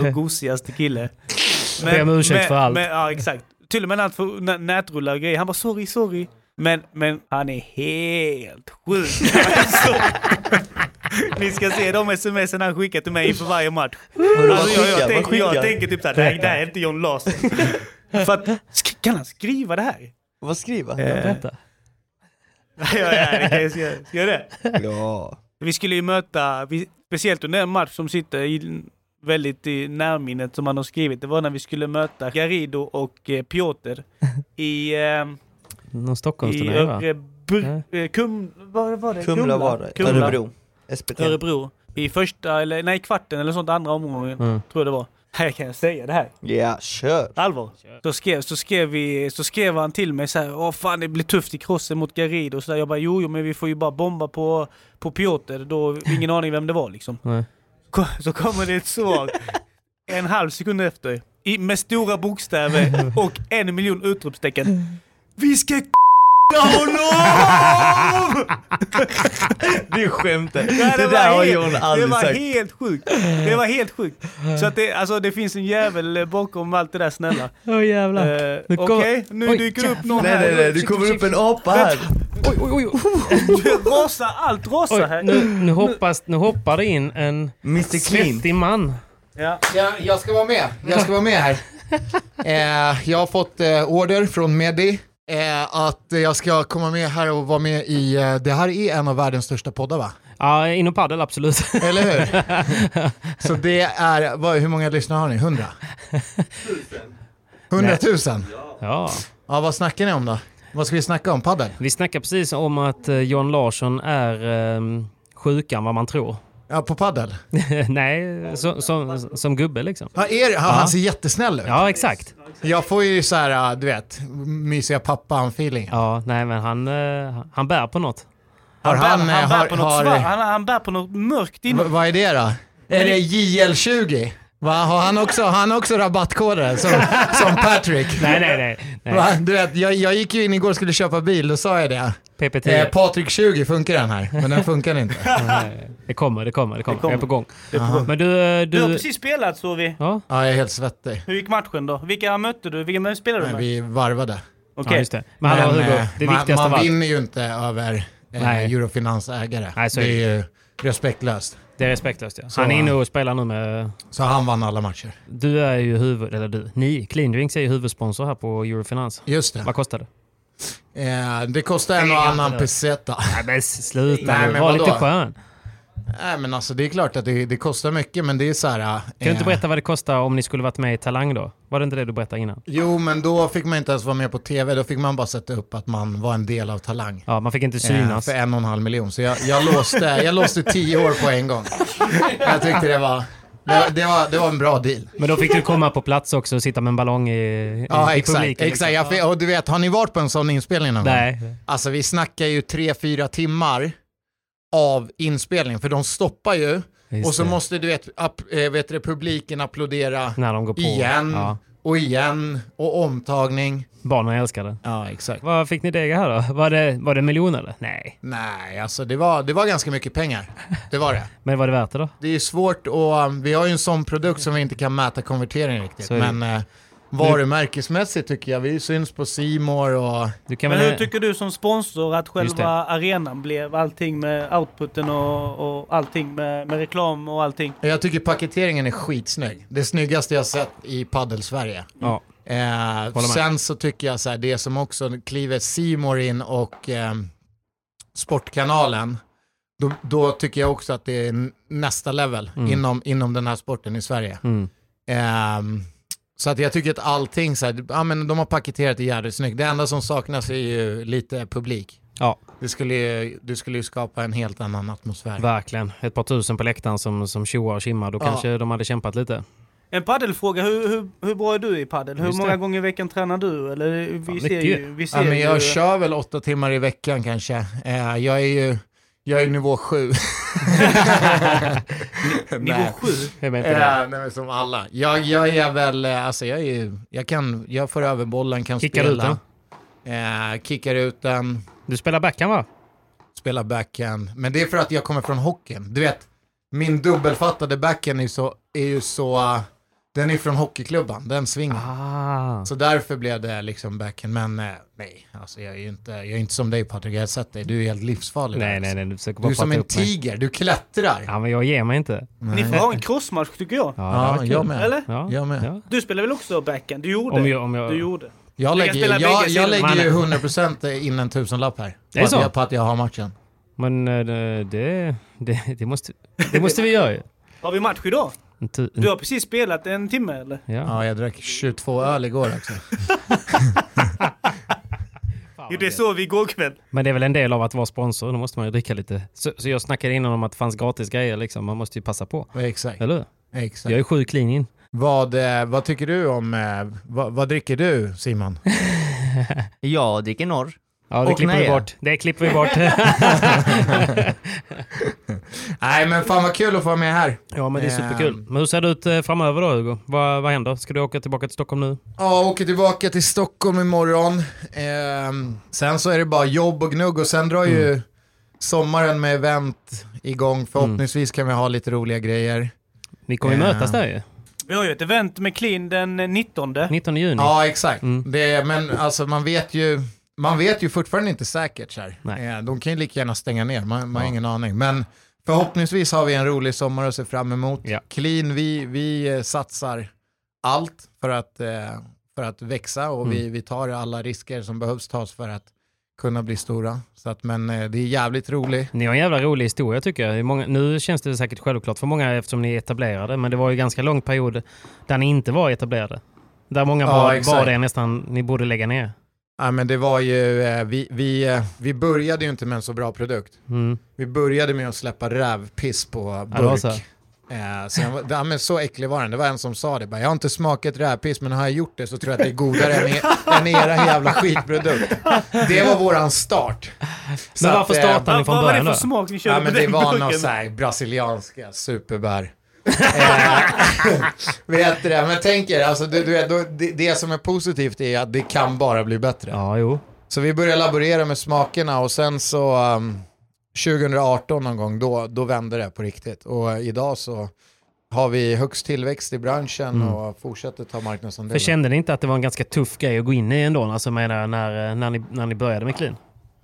C: och gosigaste kille.
A: Ber om ursäkt
C: men,
A: för allt.
C: Men, ja, exakt. Till och med när han får nä- nätrullar och grejer. Han bara sorry, sorry. Men, men han är helt sjuk. Alltså. Ni ska se de sms han skickar till mig inför varje match.
B: Vadå,
C: Alltså, jag, jag,
B: vad
C: tänker, jag
B: skickar?
C: tänker typ såhär, nej det här är inte John Larsson. För att, sk- kan han skriva det här?
B: Vad skriver han?
C: Eh,
A: Berätta.
C: ja, ja, det kan jag säga. Ska jag det?
B: Ja.
C: Vi skulle ju möta, vi, speciellt under en match som sitter i, väldigt i närminnet som han har skrivit. Det var när vi skulle möta Garrido och eh, Piotr i, eh,
A: Någon
C: i
A: Stockholmsturnering va?
C: Örebro, eh, Kum, vad var det?
B: Kumla var det,
C: Kumla.
B: Örebro. SPT.
C: Örebro. I första, eller nej kvarten eller sånt, andra omgången
A: Mm.
C: tror jag det var. Här kan jag säga det här.
B: Ja, kör!
C: Allvar. Så skrev, så skrev, vi, så skrev han till mig så här, Åh fan det blir tufft i krossen mot Garrido. Så där, jag bara jo, jo men vi får ju bara bomba på, på Piotr. Då, ingen aning vem det var liksom.
A: Nej.
C: Ko- Så kommer det ett svar en halv sekund efter. I, med stora bokstäver och en miljon utropstecken. Vi ska k***a honom!
B: Du skämtar!
C: Nej,
B: det, där har John
C: Det
B: aldrig
C: var
B: sagt.
C: helt sjukt. Det var helt sjukt. Så att det, alltså, det finns en jävel eh, bakom allt det där snälla.
A: Åh oh, jävlar.
C: Eh,
A: Nu
C: Okej,
A: kommer-
C: nu
A: Oj,
C: dyker det upp någon
B: Nej
C: här.
B: nej nej, det Eh, kommer upp en apa här!
A: Oj, oj, oj.
C: Rasar, allt rasar
A: oj
C: här.
A: nu, nu, hoppas, nu hoppar det in en
B: Mr Clean!
A: svettig man.
C: Ja.
D: Ja, jag ska vara med. Jag ska vara med här. Eh, jag har fått eh, order från Mehdi eh, att eh, jag ska komma med här och vara med i, eh, det här är en av världens största poddar va?
A: Ja, inom padel absolut.
D: Eller hur? Så det är, vad, hur många lyssnare har ni? 100? 100 000?
A: ja.
D: Ja, vad snackar ni om då? Vad ska vi snacka om? Padel?
A: Vi snackade precis om att eh, John Larsson är eh, sjukare än vad man tror.
D: Ja, på padel?
A: Nej, så, som, som gubbe liksom.
D: Ja, är, det- ja, han ser jättesnäll ut.
A: Ja, exakt.
D: Jag får ju så här, äh, du vet, mysiga pappan-feeling.
A: Ja, nej men han, eh, han bär på något.
D: Har
C: bär, han,
D: eh,
C: bär
D: har-
C: på något
D: har-
C: svart, han, han bär på något mörkt
D: V-
C: inom.
D: Vad är det då? Är det JL20? Va? Har han också, har han också rabattkoder som, som Patrick?
A: Nej, nej, nej. nej.
D: Va? Du vet, jag, jag gick ju in igår och skulle köpa bil, då sa jag det.
A: PPT.
D: Eh, Patrik 20 funkar den här, men den funkar inte.
A: Det kommer, det kommer, det kommer. Jag är
C: kommer.
A: på gång.
C: Det är på gång.
A: Men du... eh,
C: Du har
A: du
C: precis spelat så vi.
A: ja?
D: Ja, jag är helt svettig.
C: Hur gick matchen då? Vilka mötte du? Vilka spelade du
D: Men
C: med?
D: vi varvade.
A: ja,
C: Okej.
A: just det. Men hallå Hugo,
D: eh,
A: det
D: man,
A: viktigaste
D: man
A: av allt.
D: vinner ju inte över eh,
A: Nej.
D: Eurofinans ägare.
A: Nej, så är
D: det är ju respektlöst.
A: Det är respektlöst ja. Han är inne och spelar nu med...
D: Så han vann alla matcher.
A: Du är ju huvud... Eller du, ni. Clean Drinks är ju huvudsponsor här på Eurofinans.
D: Just det.
A: Vad kostar det?
D: Eh, det kostar en och annan peseta.
A: Nej men sluta
D: Nej,
A: nu.
D: men
A: Var
D: vadå?
A: lite skön.
D: Nej men alltså det är klart att det, det kostar mycket men det är så här... eh,
A: Kan du inte berätta vad det kostar om ni skulle varit med i Talang då? Var det inte det du berättade innan?
D: Jo men då fick man inte ens vara med på tv, då fick man bara sätta upp att man var en del av Talang.
A: Ja, man fick inte
D: Eh,
A: synas.
D: för en och en halv miljon. Så jag, jag, låste, jag låste tio år på en gång. Jag tyckte det var, det, det var, det var en bra deal.
A: Men då fick du komma på plats också och sitta med en ballong i, i,
D: Ja
A: i
D: exakt.
A: publiken. liksom.
D: exakt. Jag, fick- och du vet, har ni varit på en sån inspelning någon gång?
A: Nej.
D: Alltså vi snackar ju tre, fyra timmar av inspelning, för de stoppar ju.
A: Just
D: och så
A: det.
D: måste du vet, app, eh, vet du, publiken applådera
A: När de går på.
D: igen
A: Ja.
D: och igen och omtagning.
A: Barnen älskar det.
D: Ja, exakt.
A: Vad fick ni dega här då? Var det, var det en miljon eller? Nej.
D: Nej, alltså det var, det var ganska mycket pengar. Det var det.
A: Men var det värt det då?
D: Det är svårt och um, vi har ju en sån produkt som vi inte kan mäta konvertering riktigt.
A: Så är det.
D: Men eh, varumärkesmässigt tycker jag, vi syns på Simor och...
A: Du kan
C: Men
A: väl...
C: hur tycker du som sponsor att
A: Just det.
C: själva arenan blev? Allting med outputen och, och allting med, med reklam och allting.
D: Jag tycker paketeringen är skitsnygg. Det snyggaste jag sett i paddel-Sverige.
A: Ja.
D: Eh,
A: med.
D: sen så tycker jag så här, det som också kliver Simor in och ehm, Sportkanalen, då, då tycker jag också att det är n- nästa level inom, inom den här sporten i Sverige.
A: Mm.
D: Ehm, så att jag tycker att allting, så här, ja, men de har paketerat det jävligt snyggt. Det enda som saknas är ju lite publik.
A: Ja,
D: Det skulle ju, det skulle ju skapa en helt annan atmosfär.
A: verkligen. Ett par tusen på läktaren som, som tjoar och tjimmar. Då
D: Ja.
A: kanske de hade kämpat lite.
C: En paddelfråga, hur, hur, hur bra är du i paddel? Hur
A: Just
C: många
A: det.
C: gånger i veckan tränar du? Eller, vi, ser
A: mycket.
C: ju, vi ser
D: Ja, men jag
C: ju...
D: kör väl åtta timmar i veckan kanske. Eh, jag är ju jag är nivå sju.
C: Nivå 7?
A: Jag vet inte det.
D: Eh, nej, men som alla. Jag, jag är väl, eh, alltså jag är ju, jag kan, jag får över bollen, kan
A: Kickar ut
D: spela. Eh, kickar ut den,
A: Du spelar backhand va?
D: spelar backhand. Men det är för att jag kommer från hockeyn. Du vet, min dubbelfattade backhand är, så, är ju så, eh, den är från hockeyklubban, den svingen.
A: Ah.
D: Så därför blev det liksom backhand. Men eh, nej, alltså jag är ju inte, jag är inte som dig Patrik, jag har sett dig, du är helt livsfarlig. där,
A: Nej,
D: alltså.
A: nej, nej. Du försöker bara
D: Du är som
A: prata
D: en
A: upp mig.
D: tiger, du klättrar.
A: Ja, men jag ger mig inte.
C: Ni får ha en crossmatch tycker jag.
A: Ja, det hade
D: Ja,
A: varit
D: jag
A: kul.
D: med.
C: Eller?
A: Ja.
D: Jag med.
A: Ja.
C: Du spelar väl också backhand? Du gjorde?
A: Om jag- om jag-
C: Du gjorde.
D: Jag
C: Du kan
D: lägger,
C: spela
D: jag,
C: bägge
D: jag,
C: sidor.
D: lägger
A: Man-
D: ju 100% in en tusenlapp här.
A: Det är
D: på, att
A: så?
D: jag, på att jag har matchen.
A: Men eh, det, det, det, måste, det måste vi göra ju.
C: Har vi match idag?
A: En tu-
C: Du har precis spelat en timme eller?
A: Ja.
D: Ja, jag drack 22 öl igår också.
C: Jo, det såg vi igår kväll.
A: Men det är väl en del av att vara sponsor. Då måste man ju dricka lite. Så, så jag snackade innan om att det fanns gratis grejer liksom. Man måste ju passa på.
D: Exakt.
A: Eller hur?
D: Exakt.
A: Jag är sjuk clean in.
D: Vad, eh, vad tycker du om, eh, vad, vad dricker du Simon?
B: Jag dricker norr.
A: Ja, det
B: Och
A: klipper vi
B: nej.
A: bort. Det klipper vi bort.
D: Nej men fan vad kul att få vara med här.
A: ja, men det är
D: Ehm.
A: superkul. Men hur ser det ut eh, framöver då Hugo? Vad, vad händer? Ska du åka tillbaka till Stockholm nu?
D: Ja, åker tillbaka till Stockholm imorgon. Ehm, sen så är det bara jobb och gnugg och sen drar ju sommaren med event igång. Förhoppningsvis kan vi ha lite roliga grejer.
A: Ni kommer ju
D: Ehm.
A: mötas där ju.
C: Vi har ju ett event med Clean den 19.
A: 19 juni.
D: Ja, exakt.
A: Mm.
D: Det, men alltså man vet ju, man vet ju fortfarande inte säkert. Så här.
A: Nej.
D: Eh, De kan ju lika gärna stänga ner, man, man har ingen aning. Men förhoppningsvis har vi en rolig sommar att se fram emot.
A: Ja.
D: Clean, vi, vi eh, satsar allt för att eh, för att växa och
A: Mm.
D: vi, vi tar alla risker som behövs tas för att kunna bli stora. Så att, men eh, det är jävligt roligt.
A: Ni har en jävla rolig historia tycker jag. Det är Många, nu känns det säkert självklart för många eftersom ni är etablerade, men det var ju ganska lång period där ni inte var etablerade. Där många
D: Ja,
A: var, var
D: exakt.
A: det nästan ni borde lägga ner.
D: Ja, men det var ju, eh, vi, vi, eh, vi började ju inte med en så bra produkt.
A: Mm.
D: Vi började med att släppa rävpiss på
A: Ja, det var
D: burk.
A: så. här.
D: Eh, sen, var- ja, men så äcklig var den. Det var en som sa det. Bara, jag har inte smakat rävpiss, men har jag gjort det så tror jag att det är godare än, er, än era jävla skitprodukt. Det var våran start. Så
A: Men
D: att,
A: varför
D: eh,
A: startade ni
C: Vad
A: från
C: vad var det
A: början
C: för
A: då?
C: smak ni körde
D: Ja,
C: på
D: men
C: den
D: det var
C: burken?
D: någon så här brasilianska superbär. Eh, vet du det? Men tänk er, alltså, du, du, vet, då- det, det som är positivt är att det kan bara bli bättre.
A: Ja, jo.
D: Så vi började laborera med smakerna och sen så um, 2018 någon gång, då, då vände det på riktigt. Och eh, idag så har vi högst tillväxt i branschen och fortsätter ta
A: För
D: marknadsandelar.
A: kände ni inte att det var en ganska tuff grej att gå in i ändå? Alltså menar jag när, eh, när, ni, när ni började med Clean?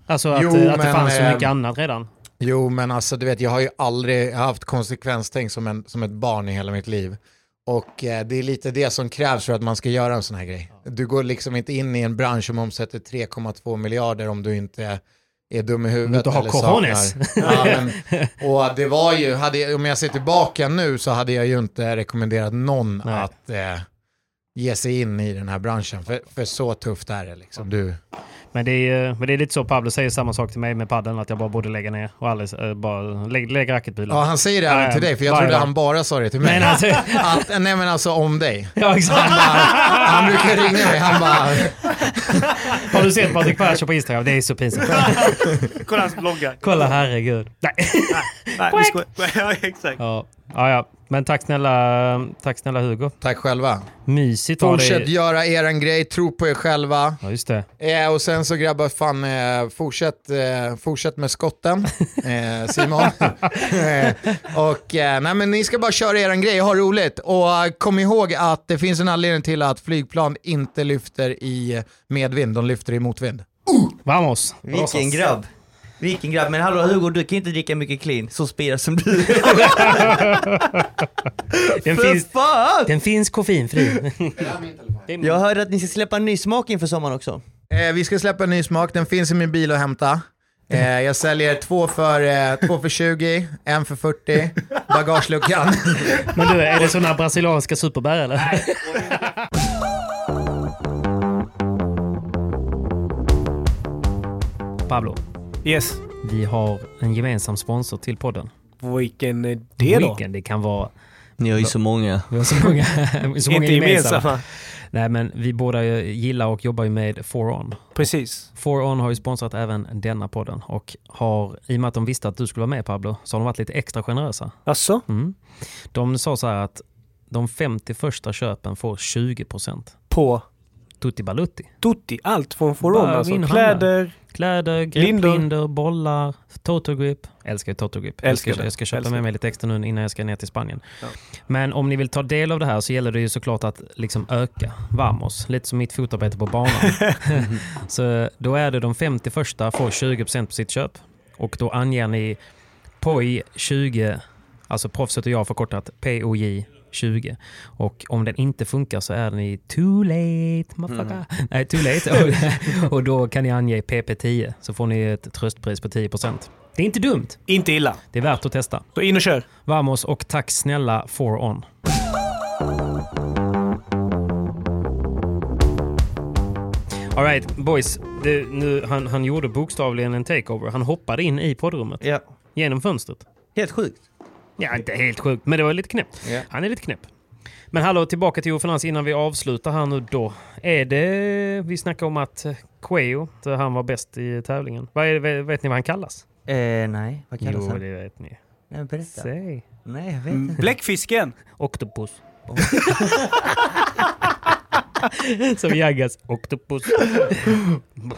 A: Alltså att,
D: Jo,
A: eh, att det
D: men,
A: fanns så
D: eh,
A: mycket annat redan.
D: Jo, men alltså du vet, jag har ju aldrig haft konsekvenstänk som, en, som ett barn i hela mitt liv. Och eh, det är lite det som krävs för att man ska göra en sån här grej. Du går liksom inte in i en bransch som omsätter 3,2 miljarder om du inte är dum i huvudet.
A: inte har
D: eller
A: coronis.
D: saknar- Ja, men, och det var ju, hade, jag- om jag ser tillbaka nu så hade jag ju inte rekommenderat någon
A: Nej.
D: att eh, ge sig in i den här branschen. För, för så tufft är det liksom. Du,
A: Men det, är, eh, men det är lite så Pablo säger samma sak till mig med padden att jag bara borde lägga ner och alldeles, eh, bara lägg, lägg racketbilen.
D: ja, han säger det även
A: Nej,
D: till dig, för jag
A: varje
D: trodde
A: dag.
D: han bara sa det till mig.
A: Men alltså,
D: Att, nej men alltså om dig.
A: ja, exakt.
D: Han brukar ringa mig, han bara,
A: Har du sett Patrik Persson på Instagram? Det är så pinsamt.
C: Kolla hans bloggar.
A: Kolla herregud. Nej.
C: Nej, vi skojar. Ja, exakt.
A: Ja. Ja, ja. Men tack snälla, tack snälla Hugo.
D: tack själva.
A: Mysigt var
D: Fortsätt
A: det.
D: göra eran grej, tro på er själva.
A: Ja, just det.
D: Eh, och sen så grabbar, fan, eh, fortsätt, eh, fortsätt med skotten, eh, Simon. eh, och eh, nej men ni ska bara köra eran grej, ha roligt. Och eh, kom ihåg att det finns en anledning till att flygplan inte lyfter i medvind, de lyfter i motvind.
A: Vamos.
B: Vilken grabb. Vilken grabb. Men hallå Hugo, du kan ju inte dricka mycket clean. Så spira som du.
A: Den
B: För
A: finns,
B: fan!
A: den finns koffeinfri.
B: Jag hörde att ni ska släppa en ny smak inför sommaren också.
D: Eh, vi ska släppa en ny smak, den finns i min bil att hämta. Eh, jag säljer två för, eh, två för 20, en för 40, bagageluckan.
A: Men du, är det sådana brasilianska superbär eller? Pablo,
C: Yes.
A: vi har en gemensam sponsor till podden.
C: Vilken eh, det då?
A: Weekend, det kan vara...
B: Ni har ju så många.
A: Vi har så många, så många
C: Inte gemensamma.
A: Nej, men vi båda ju gillar och jobbar ju med 4On.
C: Precis.
A: 4On har ju sponsrat även denna podden och har, i och med att de visste att du skulle vara med Pablo, så har de varit lite extra generösa.
C: Alltså?
A: Mm. De sa så här att de 50 första köpen får 20%.
C: På
A: Tutti balutti.
C: Tutti. Allt från Forum
A: Bara gå
C: alltså.
A: in och handla.
C: Kläder.
A: Kläder, grip,
C: Lindor.
A: lindor, bollar, Toto Grip. Älskar ju Toto Grip. Jag
C: Älskar
A: ska,
C: det.
A: jag ska köpa
C: Älskar
A: med
C: det.
A: mig lite extra nu innan jag ska ner till Spanien.
C: Ja.
A: Men om ni vill ta del av det här så gäller det ju såklart att liksom öka. Vamos. Lite som mitt fotarbete på banan. så då är det de 50 första får 20% på sitt köp. Och då anger ni POJ20, alltså proffset och jag förkortat POJ 20. Och om den inte funkar så är ni too late, motherfucker.
C: Mm.
A: Nej, too late. Och, och då kan ni ange PP10 så får ni ett tröstpris på 10%. Det är inte dumt.
C: Inte illa.
A: Det är värt att testa.
C: Så in och kör.
A: Vamos och tack snälla 4On. Alright boys, det, nu, han, han gjorde bokstavligen en takeover. Han hoppade in i poddrummet
B: Ja.
A: genom fönstret.
B: Helt sjukt.
A: Ja, inte helt sjukt, men det var lite knäppt.
B: Ja.
A: Han är lite knäpp. Men hallå, tillbaka till Jofinans innan vi avslutar här nu då. Är det... Vi snackar om att eh, Queo, att han var bäst i tävlingen. Vad är, det- vet ni vad han kallas?
B: Eh, nej, vad kallas
A: jo,
B: han?
A: det vet ni.
B: Nej, berätta.
A: Säg.
B: Nej, jag vet inte.
C: Bläckfisken.
A: Octopus. Som jaggas. Octopus.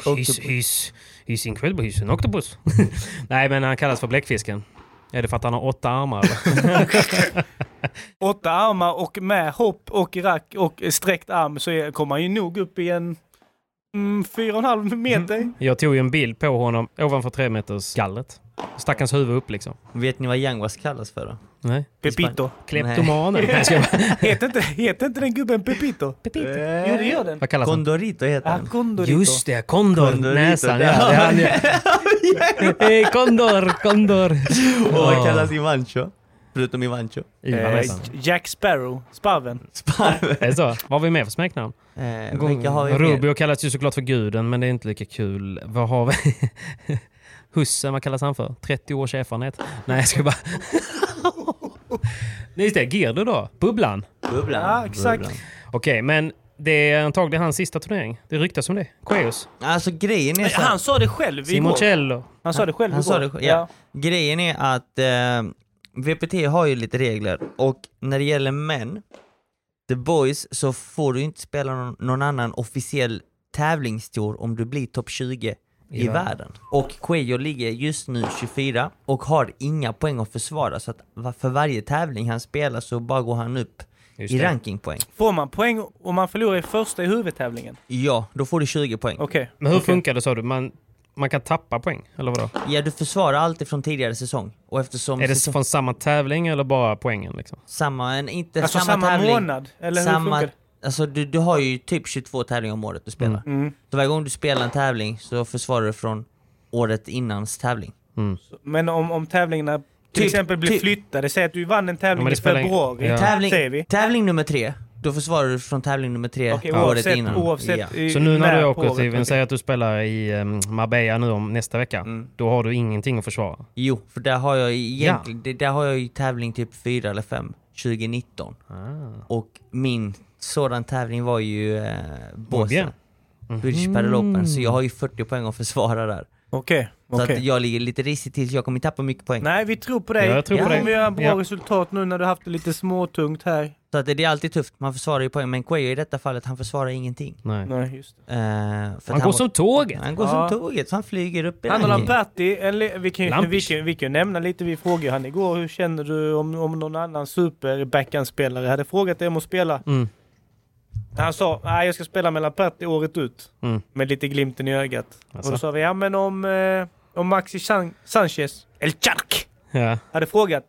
A: He's, he's, he's incredible. He's an octopus. Nej, men han kallas för bläckfisken. Är det för att han har åtta armar? eller?
C: Åtta armar och med hopp och rack och sträckt arm så är- kommer han ju nog upp i en mm, fyra och en halv meter.
A: Jag tog ju en bild på honom ovanför tre meters gallret. Stack hans huvud upp liksom.
B: Mm. Vet ni vad Young was kallas för då?
A: Nej.
C: Pepito.
A: Kleptomanen. Nej. jag ska bara-
C: Heter inte, heter inte den gubben Pepito? Jo, det gör den.
A: Vad kallas han?
B: Condorito heter
C: Ah,
B: den.
C: Condorito.
A: Eh. Just det, kondor.
B: Condorito,
A: Näsan.
B: där.
A: Ja, det är han ju. Hej, Kondor, kondor.
B: Och vad kallas Ivancho? Förutom Ivancho.
A: Ivan
C: Eh,
A: heter han.
C: Jack Sparrow, sparven.
B: Sparven.
A: Är det så? Vad har vi mer för smeknamn?
B: Eh, vilka har vi mer?
A: Rubio kallas ju såklart för guden, men det är inte lika kul. Vad har vi? Hussen, vad kallas han för? 30 års erfarenhet? Nej, jag ska bara... Nej, just det. Gerdo då? Bubblan.
B: Bubblan.
C: Ja, exakt.
B: Bubblan.
A: Okej, men det är antagligen hans sista turnering. Det ryktas om det. Queos.
B: Alltså grejen är så här-
C: Han sa det själv igår.
A: Simoncello.
C: Han sa det själv
B: Han
C: igår.
B: sa det, sj- ja. Grejen är att eh, VPT har ju lite regler och när det gäller män, The Boys, så får du inte spela någon, någon annan officiell tävlingstour om du blir topp 20 i
A: Ja.
B: världen. Och Cuello ligger just nu 24 och har inga poäng att försvara så att va- för varje tävling han spelar så bara går han upp
A: Just
B: i
A: det.
B: rankingpoäng.
C: Får man poäng om man förlorar i första i huvudtävlingen?
B: Ja, då får du 20 poäng.
C: Okej.
A: Men hur funkar det sa du? Man, man kan tappa poäng, eller vadå?
B: Ja, du försvarar alltid från tidigare säsong. Och eftersom
A: Är det
B: säsong-
A: från samma tävling eller bara poängen? Liksom?
B: samma, en- inte
C: Alltså
B: samma,
C: samma
B: tävling.
C: månad, eller hur
B: samma,
C: funkar
B: Alltså du, du har ju typ 22 tävlingar om året du spelar.
C: Mm.
B: Så varje gång du spelar en tävling så försvarar du från året innans tävling.
C: Men om, om tävlingarna till
B: Typ-
C: exempel blir
B: typ-
C: flyttade, säg att du vann en
A: Ja,
C: tävling
A: men det
C: i
A: spelar ingen-
C: februari,
A: Ja.
B: Tävling,
C: säger vi.
B: tävling nummer tre, då försvarar du från tävling nummer tre
C: Okej,
B: året
C: oavsett,
B: innan.
C: oavsett
B: Ja.
C: i-
A: Så nu när du
C: på
A: åker
C: året.
A: till, vi säger att du spelar i ehm, Marbella nu om nästa vecka, då har du ingenting att försvara.
B: Jo, för där har jag egentligen, det- där har jag ju tävling typ fyra eller fem 2019. Och min sådan tävling var ju eh,
A: Montbjerg.
B: Båsen. Mm-hmm. British Padel Open, så jag har ju 40 poäng att försvara där.
C: Okej,
B: Så
C: okej.
B: att jag ligger lite risigt till, så jag kommer tappa mycket poäng.
C: Nej, vi tror på dig.
A: Ja, jag tror
C: du
B: på dig.
C: kommer göra bra
A: Ja.
C: resultat nu när du har haft det lite småtungt här.
B: Så att det det är alltid tufft, man försvarar ju poäng. Men Quayo i detta fallet, han försvarar ingenting.
A: Nej.
C: Nej, just det.
B: Eh, för att
A: Han går
B: var-
A: som tåget!
B: Han går
C: Ja.
B: som tåget, så han flyger upp i
C: Han och
B: rankingen.
C: Lamperti, en li- vi kan, ju- vi,
A: Lampis.
C: kan, vi kan ju nämna lite, vi frågade ju han igår, hur känner du om, om någon annan super-backhandspelare hade frågat dig om att spela?
A: Mm.
C: Han sa, nej jag ska spela med Lamperti året ut.
A: Mm.
C: Med lite glimten i ögat.
A: Alltså.
C: Och då sa vi, ja men om, eh, om Maxi San- Sanchez, El Chark,
A: Ja.
C: hade frågat.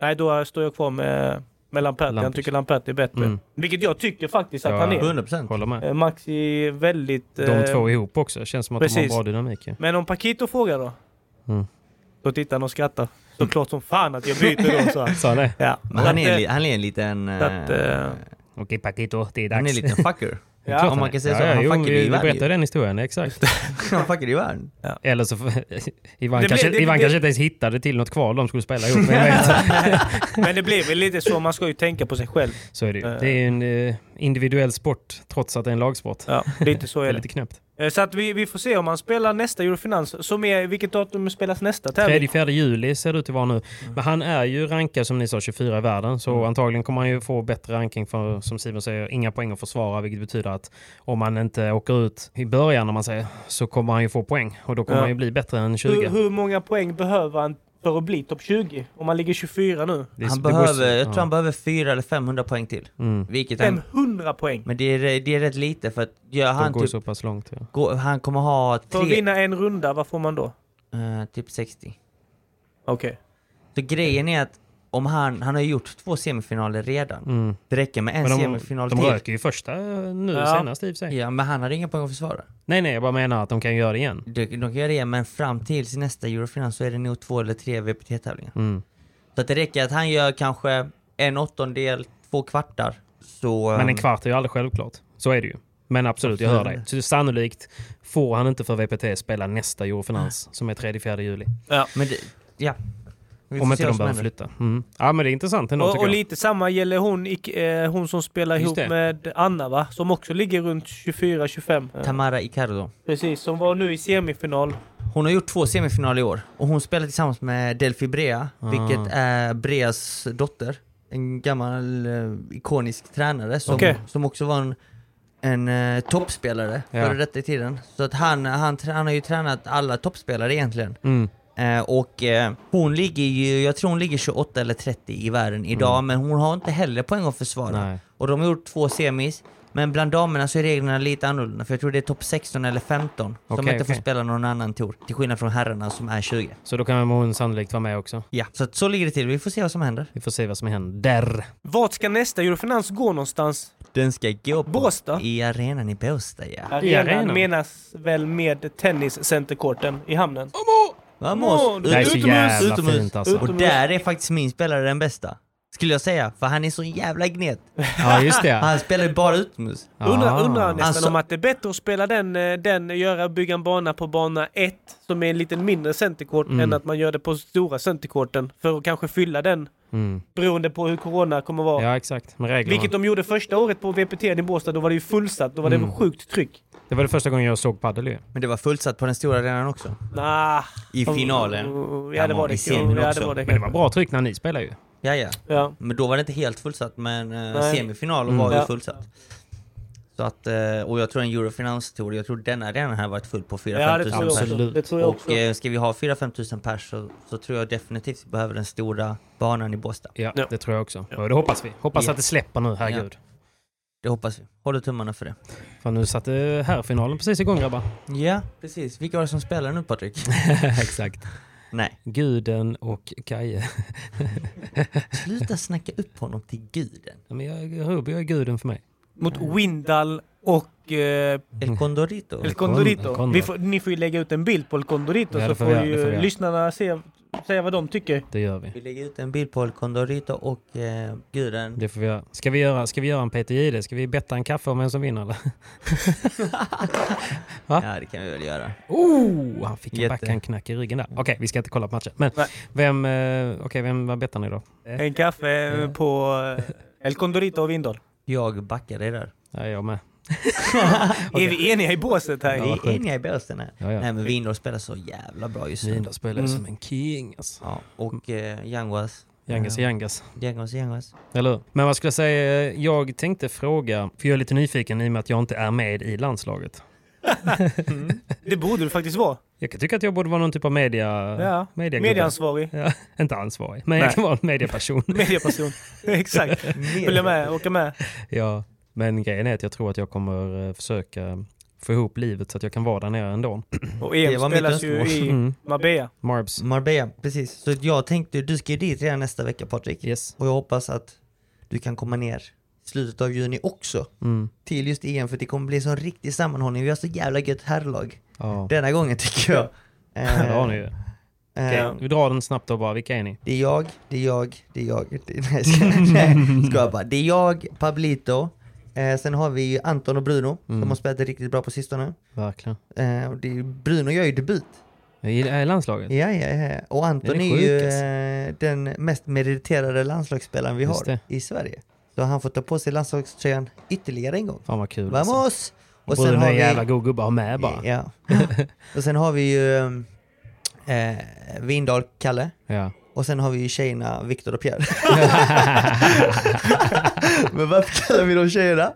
C: Nej, då står jag kvar med, med Lamperti. Han
A: Lampis.
C: tycker Lamperti är bättre.
A: Mm.
C: Vilket jag tycker faktiskt att
A: Ja.
C: han är.
B: 100%.
A: Håller med.
C: Eh, Maxi är väldigt...
A: De
C: eh,
A: två ihop också, känns som att de
C: precis.
A: har bra dynamik. ju.
C: Men om Paquito frågar då?
A: Mm.
C: Då tittar han och skrattar. Så klart som fan att jag byter då, så.
A: Sa han det?
C: Ja.
B: Men han,
C: Så
B: är en,
C: att,
B: li-
C: eh,
B: han är en liten...
C: så att,
B: eh,
C: eh,
A: Okej Paquito, det är
B: han är en
A: dags.
B: liten fucker.
C: Ja.
A: Klart
B: Om
A: han
B: man
A: är.
B: kan säga
A: ja,
B: så,
A: ja,
B: han
A: jo,
B: fucker
A: vi,
B: i
A: vi
B: världen
A: berättar
B: ju.
A: den historien, exakt.
B: Han fuckar i världen.
A: Eller så... Ivan,
C: Det blir-
A: kanske,
C: det-
A: Ivan
C: det-
A: kanske inte ens hittade till något kval de skulle spela ihop med. Jag vet inte.
C: men det blir väl lite så, man ska ju tänka på sig själv.
A: Så är det ju.
C: Eh.
A: Det är ju en eh, individuell sport trots att det är en lagsport.
C: Ja, lite så
A: Det
C: är
A: är
C: det.
A: lite knäppt.
C: Eh, Så att vi, vi får se om han spelar nästa Eurofinans, som är, vilket datum spelas nästa tävling?
A: 3-4 juli ser det ut att vara nu.
C: Mm.
A: Men han är ju rankad som ni sa 24 i världen så antagligen kommer han ju få bättre ranking för som Simon säger inga poäng att försvara vilket betyder att om man inte åker ut i början om man säger så kommer han ju få poäng och då kommer
C: Ja.
A: han ju bli bättre än 20.
C: Hur, hur många poäng behöver han för att bli topp 20? Om han ligger 24 nu?
A: Det är-
B: Han
A: det går så-
B: behöver, jag
A: ja.
B: tror han behöver 400 eller 500 poäng till.
A: Mm.
B: Vilket han,
C: 500 poäng!
B: men det är, det är rätt lite för att gör
A: Han
B: han
A: går
B: typ,
A: så pass långt. Ja.
B: gå, han kommer ha
C: För att
B: tre,
C: vinna en runda, vad får man då?
B: eh, typ 60.
C: Okej.
B: Så grejen är att om han, han har ju gjort två semifinaler redan.
A: Mm.
B: Det räcker med en
A: Men de,
B: semifinal
A: de
B: till.
A: röker ju första eh, nu
C: Ja.
A: senast i och för sig.
B: Ja, men han hade inga poäng att försvara.
A: Nej nej jag bara menar att de kan göra det igen.
B: De, de kan göra det, men fram till sin nästa Eurofinal så är det nog två eller tre VPT-tävlingar.
A: Mm.
B: Så att det räcker att han gör kanske en åttondel, två kvartar. Så,
A: Men en
B: ehm,
A: kvart är ju aldrig självklart. Så är det ju. Men absolut, jag hör dig. Så sannolikt får han inte för VPT spela nästa Eurofinans som är 3-4 juli.
B: Men det, ja. Vi får
A: Om
B: se
A: inte
B: vad
A: de
B: som
A: behöver
B: händer.
A: flytta. Mm. Ja men det är intressant ändå
C: Och,
A: tycker
C: och
A: jag.
C: lite samma gäller hon, ick- eh, hon som spelar
A: Just
C: ihop
A: det.
C: med Anna va? Som också ligger runt 24-25. Eh,
B: Tamara Icardo.
C: Precis, som var nu i semifinal.
B: Hon har gjort två semifinaler i år och hon spelar tillsammans med Delphi Brea,
A: Ah.
B: vilket är Breas dotter. En gammal eh, ikonisk tränare som,
C: Okej.
B: som också var en, en eh, toppspelare
A: Ja.
B: före detta i tiden. Så att han, han, trä- han har ju tränat alla toppspelare egentligen.
A: Mm.
B: Eh, och eh, hon ligger ju, jag tror hon ligger 28 eller 30 i världen idag, men hon har inte heller poäng att försvara.
A: Mm. Nej.
B: Och de har gjort två semis. Men bland damerna så är reglerna lite annorlunda, för jag tror det är topp 16 eller 15 som
A: Okej,
B: inte
A: okej.
B: får spela någon annan tour. Till skillnad från herrarna som är 20.
A: Så då kan hon sannolikt vara med också.
B: Ja, så att så ligger det till. Vi får se vad som händer.
A: Vi får se vad som händer.
C: Vart ska nästa Eurofinans gå någonstans?
B: Den ska gå på
C: Båstad? Äh.
B: I arenan i Båstad ja.
A: I
C: Arenan,
A: arenan.
C: menas väl med tenniscenterkorten i hamnen?
B: Vamos!
C: Det
A: Det här är så jävla
B: utomhus.
A: fint alltså.
B: Och där är faktiskt min spelare den bästa. Skulle jag säga, för han är så jävla gnet.
A: Ja, just det.
B: Han spelar ju bara utomhus.
C: Undrar, undrar nästan
B: Alltså-
C: om att det är bättre att spela den, eh, den göra, bygga en bana på bana 1 som är en lite mindre centerkort
B: Mm.
C: än att man gör det på stora centerkorten för att kanske fylla den
A: Mm.
C: beroende på hur corona kommer vara.
A: Ja, exakt. Med reglerna.
C: Vilket de gjorde första året på VPT i Båstad, då var det ju fullsatt, då var det
A: Mm.
C: sjukt tryck.
A: Det var det första gången jag såg padel ju.
B: Men det var fullsatt på den stora arenan också.
C: Nah.
B: I finalen.
C: Ja det var
B: I
C: det.
B: semin
C: Ja, det
B: också.
C: var det.
A: Men det var bra tryck när ni spelade ju.
B: Ja, ja.
C: Ja.
B: Men då var det inte helt fullsatt, men eh,
C: Nej.
B: semifinalen
A: Mm.
B: var ju
C: Ja.
B: fullsatt. Så att, eh, och jag tror en Eurofinans Tour, jag tror den arenan här varit full på 4-5
C: Ja, det
B: 000
C: tror jag
B: pers.
C: också.
A: Absolut.
C: Det tror jag också.
B: Och eh, ska vi ha 4-5 tusen pers så, så tror jag definitivt vi behöver den stora banan i Båstad.
A: Ja,
C: Ja.
A: det tror jag också. Och det hoppas vi. Hoppas
B: Ja.
A: att det släpper nu, herregud.
B: Det hoppas vi. Håller tummarna för det.
A: För nu satte herrfinalen precis igång grabbar.
B: Ja, precis. Vilka var det som spelar nu Patrik?
A: Exakt.
B: Nej.
A: Guden och Kaje.
B: Sluta snacka upp honom till guden.
A: Ja, Men jag, Ruby är guden för mig.
C: Mot Windal och eh,
B: Mm. El Condorito.
C: El
A: El
C: Condorito.
A: Condor.
C: Vi får, ni får ju lägga ut en bild på El Condorito
A: Ja, det får
C: så får,
A: vi göra, det får vi
C: ju
A: göra.
C: lyssnarna se, säga vad de tycker.
A: Det gör vi.
B: Vi lägger ut en bild på El Condorito och eh, guden.
A: Det får vi göra. Ska vi göra, ska vi göra en PTJD? Ska vi betta en kaffe om vem som vinner eller?
B: Ja, det kan vi väl göra.
A: Oh, han fick en
B: Jätte.
A: backhandknack i ryggen där. Okej, vi ska inte kolla på matchen. Men vem, eh, okej, vem, vad bettar ni då?
C: En kaffe eh, på eh, El Condorito och Windal.
B: Jag backar dig där.
A: Ja, jag med.
C: Är vi eniga i båset här?
B: Vi är eniga i Båstad här.
A: Ja, ja.
B: Nej men Vindor spelar så jävla bra just nu.
A: Linda spelar ju som en king alltså.
B: Ja, och eh, Yanguas.
A: Yangas är Yangas.
B: Yanguas, Yanguas.
A: Eller hur? Men vad skulle jag säga, jag tänkte fråga, för jag är lite nyfiken i och med att jag inte är med i landslaget.
C: Det borde du faktiskt vara.
A: Jag kan tycka att jag borde vara någon typ av media...
C: Ja.
A: mediagubbe.
C: Medieansvarig.
A: Ja, inte ansvarig, men jag
C: Nej.
A: kan vara en medieperson.
C: Medieperson. Exakt. Följa med, åka med.
A: ja. Men grejen är att jag tror att jag kommer eh, försöka få ihop livet så att jag kan vara där nere ändå.
C: Och
B: Det
C: EM
B: var mitt
C: spelas ju
B: önskemål.
C: i
A: Mm.
C: Marbella.
A: Marbs.
B: Marbella, precis. Så jag tänkte, du ska ju dit redan nästa vecka Patrik.
A: Yes.
B: Och jag hoppas att du kan komma ner i slutet av juni också
A: Mm.
B: till just EM för det kommer bli en sån riktig sammanhållning. Vi har så jävla gött herrlag
A: Ja.
B: denna gången tycker jag.
A: Ja,
B: Eh,
A: det har ni ju.
B: eh,
A: Vi drar den snabbt då bara, vilka är ni?
B: Det är jag, det är jag, det är jag. Det, nej, jag skojar. nej, skojar bara. Det är jag, Pablito. Eh, sen har vi ju Anton och Bruno
A: Mm.
B: som har spelat riktigt bra på sistone.
A: Verkligen.
B: Eh, och det är, Bruno gör ju debut.
A: I i landslaget?
B: Ja, ja, ja. Och Anton
A: Den är
B: är,
A: sjuk,
B: ju
A: alltså.
B: eh, den mest meriterade landslagsspelaren vi
A: Just
B: har
A: det.
B: i Sverige. Så han får ta på sig landslagströjan ytterligare en gång.
A: Fan vad kul alltså.
B: Vamos!
A: Och sen har vi... jävla god gubbe att ha med bara.
B: Ja. och sen har vi ju eh, Vindal, Kalle.
A: Ja.
B: Och sen har vi ju tjejerna Viktor och Pierre. Men varför kallar vi dem tjejerna?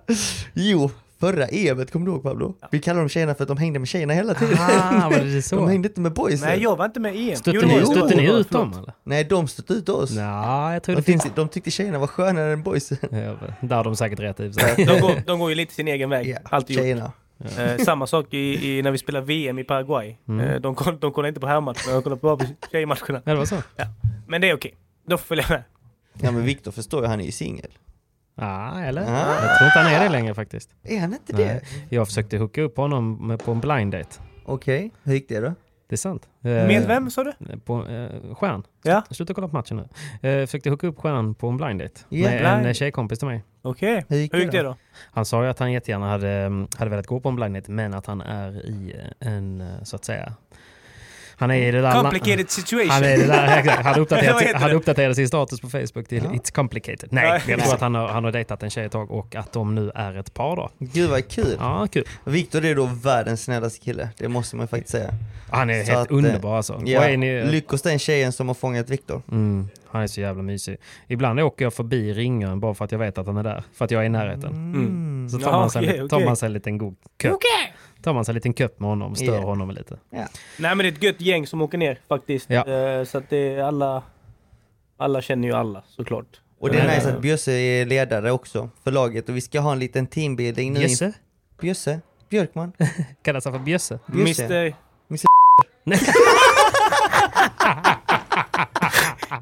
B: Jo, förra EMet, kommer du ihåg Pablo? Vi kallar dem tjejerna för att de hängde med tjejerna hela tiden.
A: Ah, var det så?
B: De hängde inte med boysen.
C: Nej, jag var inte med i EM. Jo,
A: Stötte
C: det var
A: ni,
C: jag.
A: stötte ni
C: Förlåt.
A: ut dem eller?
B: Nej, de stötte ut oss.
A: Nej, jag tror
B: De
A: det finns...
B: tyckte, de tyckte tjejerna var skönare än boysen.
A: Ja, Där har de säkert rätt i och för sig.
C: De går, de går ju lite sin egen väg.
B: Ja,
C: Alltid gjort.
B: tjejerna.
C: Eh, samma sak i, i, när vi spelar VM i Paraguay.
A: Mm.
C: Eh, de, koll, de kollar inte på herrmatcherna, de kollar bara på tjejmatcherna.
A: Ja, det var så?
C: Men det är okej. De får följa med.
B: Ja men Viktor förstår ju, han är ju singel.
A: Ja, eller?
B: Ah.
A: Jag tror inte han är det längre faktiskt.
B: Är han inte det?
A: Nej. Jag försökte hooka upp honom med- på en blind date.
B: Okej, hur gick det då?
A: Det är sant.
C: Med vem sa du?
A: vem? På eh, Stjärn.
C: Ja.
A: Sluta kolla på matchen nu. Eh, försökte hooka upp Stjärn på en blind date.
B: Ja,
A: med en
C: blind.
A: eh, tjejkompis till mig.
C: Okej.
B: Hur gick
C: Hur gick
B: det
C: det
B: då?
C: då?
A: Han sa ju att han jättegärna hade, eh, hade velat gå på en blind date, men att han är i eh, en, eh, så att säga, han är i det där... la-
C: Complicated situation.
A: Han är det där, exakt. Han
C: Vad
A: uppdaterade,
C: heter
A: han
C: det?
A: uppdaterade sin status på Facebook till It's complicated. Nej,
C: Nej.
A: jag tror att han har, han har dejtat en tjej ett tag och att de nu är ett par då.
B: Gud vad kul!
A: Ja, kul.
B: Viktor är då världens snällaste kille, det måste man faktiskt säga.
A: Han är
B: Så
A: helt
B: att, eh,
A: underbar alltså.
B: Ja,
A: Och är ni,
B: Lyckos den tjejen som har fångat Viktor.
A: mm, han är så jävla mysig. Ibland åker jag förbi ringaren bara för att jag vet att han är där. För att jag är i närheten.
B: Mm.
A: Så tar
C: Ja,
A: man sig,
C: okej,
A: li- tar
C: okej.
A: man sig en liten god köp. Tar man sig en liten köp med honom, stör
B: Ja.
A: honom lite.
C: Nej men det är ett gött gäng som åker ner faktiskt.
A: Ja.
C: Eh, så att det är alla... Alla känner ju alla såklart.
B: Och det
A: Nej,
B: är nice
A: nej.
B: att Bjösse är ledare också för laget och vi ska ha en liten teambuilding nu.
A: Jösse?
B: Bjösse? Björkman?
A: Kallas han för Bjösse?
B: Bjösse?
C: Mister...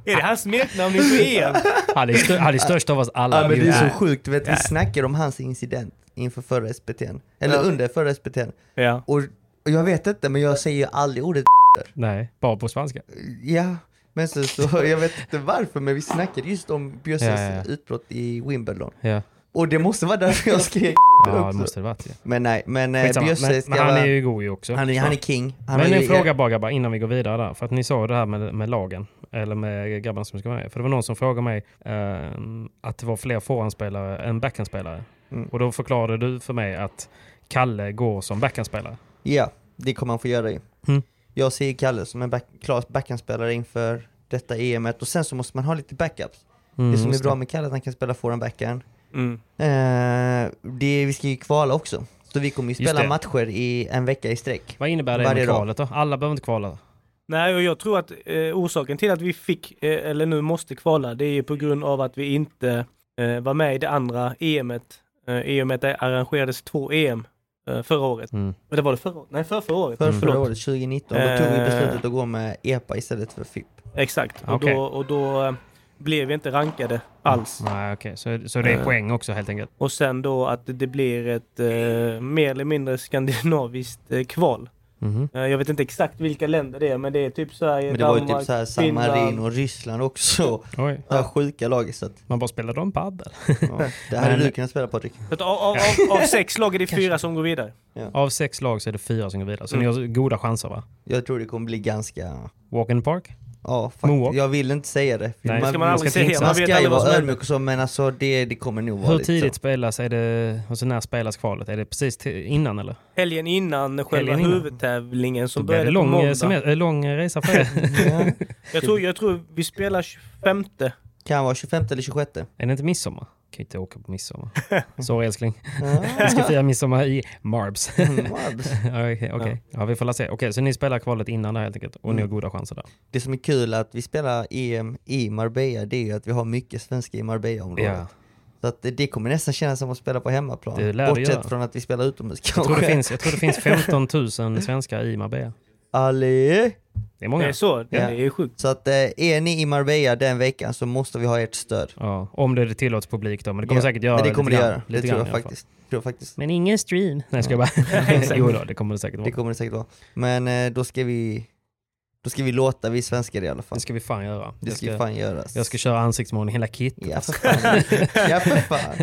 E: Är det hans smeknamn i VM?
A: Han är, stö- han är störst av oss alla.
B: Ja men det är
A: Nej.
B: så sjukt, vet, vi snackar om hans incident inför förra SPT'n. Eller
C: Ja.
B: under förra SPT'n.
C: Ja.
B: Och, och jag vet inte, men jag säger ju aldrig ordet
A: Nej, bara på spanska.
B: ja. Men sen så, jag vet inte varför, men vi snackade just om Bjösses
A: Ja, ja, ja.
B: utbrott i Wimbledon.
A: Ja,
B: Och det måste vara därför jag skrek
A: ja det
B: också.
A: måste det varit. Ja.
B: Men nej, men eh,
A: Skitsamma.
B: Bjösse
A: Men,
B: ska
A: men han
B: vara...
A: är ju god ju också.
B: han, är, han är king. Han
A: men
B: är,
A: en fråga bara grabbar, innan vi går vidare där. För att ni sa det här med, med lagen, eller med grabbarna som ska vara med. För det var någon som frågade mig ehm, att det var fler forehandspelare än backhandspelare.
B: Mm.
A: Och då förklarade du för mig att Kalle går som backhandspelare.
B: Ja, det kommer han få göra ju.
A: Mm.
B: Jag ser Kalle som en back, klar backhandspelare inför detta EMet och sen så måste man ha lite backups.
A: Mm,
B: det som är bra med Kalle är att han kan spela forehand backhand.
C: Mm.
B: Eh, det, vi ska ju kvala också. Så vi kommer ju
A: Just
B: spela
A: det.
B: matcher i en vecka i sträck.
A: Vad innebär det
B: Varje
A: med
B: dag.
A: kvalet då? Alla behöver inte kvala.
C: Nej, och jag tror att eh, orsaken till att vi fick, eh, eller nu måste kvala, det är ju på grund av att vi inte eh, var med i det andra EMet. Eh, I och med att det arrangerades två EM eh, förra året.
A: Mm.
C: Eller var det förra året? Nej, förra, förra året.
B: För förra
C: Förlåt.
B: året, 2019, då tog vi
C: Eh.
B: beslutet att gå med EPA istället för FIP.
C: Exakt. Och
A: Okej. Mm.
C: då, och då eh, blev vi inte rankade alls.
A: Nej, okej. Så, så det är
C: Eh.
A: poäng också helt enkelt.
C: Och sen då att det blir ett eh, mer eller mindre skandinaviskt eh, kval.
A: Mhm.
C: Eh, jag vet inte exakt vilka länder det är, men det är typ Sverige,
B: Men det var
C: Danmark,
B: ju typ såhär San
C: Finland.
B: Marino och Ryssland också.
A: Oj.
B: Ja. Sjuka lag så att,
A: Man bara spelar dem padel.
B: ja. Det hade
A: Men-
B: du kunnat spela Patrik.
C: Så att av, av, av, av sex lag är det fyra som går vidare.
A: Av sex lag så är det fyra som går vidare.
B: Mm.
A: Så ni har goda chanser va?
B: Jag tror det kommer bli ganska...
A: Walk in the park?
B: Ja,
A: Moa.
B: faktiskt. Jag vill inte säga det. för
A: Nej.
C: Det ska man aldrig
A: ska
C: säga.
A: inte-
C: Man
B: Man
C: vet
B: ska ju
C: aldrig vad som
B: vara
C: händer.
B: ödmjuk och så, men alltså det, det kommer nog vara
A: Hur
B: lite
A: tidigt
B: så.
A: spelas? Är det, alltså när spelas kvalet? Är det precis till, innan eller?
C: Helgen innan själva
A: Helgen innan.
C: huvudtävlingen
A: Då
C: som
A: blir det
C: började på
A: lång, eh,
C: måndag.
A: semes- eh, lång eh, resa för er.
B: Ja.
C: Jag tror, jag tror vi spelar 25.
B: Kan vara 25 eller 26.
A: Är det inte midsommar? Kan ju inte åka på midsommar. Sorry älskling.
B: Ah.
A: Vi ska fira midsommar i Marbs.
B: Mm, wow.
A: Ja, Okej, okej. ja, vi får la se. Okej, så ni spelar kvalet innan där helt enkelt och
B: Mm.
A: ni har goda chanser där.
B: Det som är kul att vi spelar EM i Marbella, det är ju att vi har mycket svenska i Marbella-området.
A: Ja.
B: Så att det- det kommer nästan kännas som att spela på hemmaplan.
A: Det lär det
B: Bortsett
A: göra.
B: från att vi spelar utomhus
A: Jag, tror
B: kanske.
A: det finns, jag tror det finns 15 000 svenskar i Marbella.
B: Allé!
A: Det är
C: Det är
A: många.
C: eh, så. Det
B: Ja.
C: är ju sjukt.
B: Så att eh, är ni i Marbella den veckan så måste vi ha ert stöd.
A: Ja, om det tillåts publik då, men det kommer
B: Ja.
A: säkert göra
B: Men det kommer det
A: lite grann,
B: göra. Det
A: lite
B: tror
A: grann
B: jag
A: i alla fall.
B: faktiskt. Tror jag faktiskt.
A: Men ingen stream. Nej, ska jag bara... jo då, det kommer det säkert
B: Det
A: vara.
B: kommer det säkert vara. Men eh, då ska vi då ska vi låta vi svenskar i alla fall.
A: Det ska vi fan göra.
B: Det
A: Jag
B: ska ju
A: ska,
B: fan göras.
A: jag ska köra ansiktsmålning hela kittet.
B: Ja för fan. ja för fan.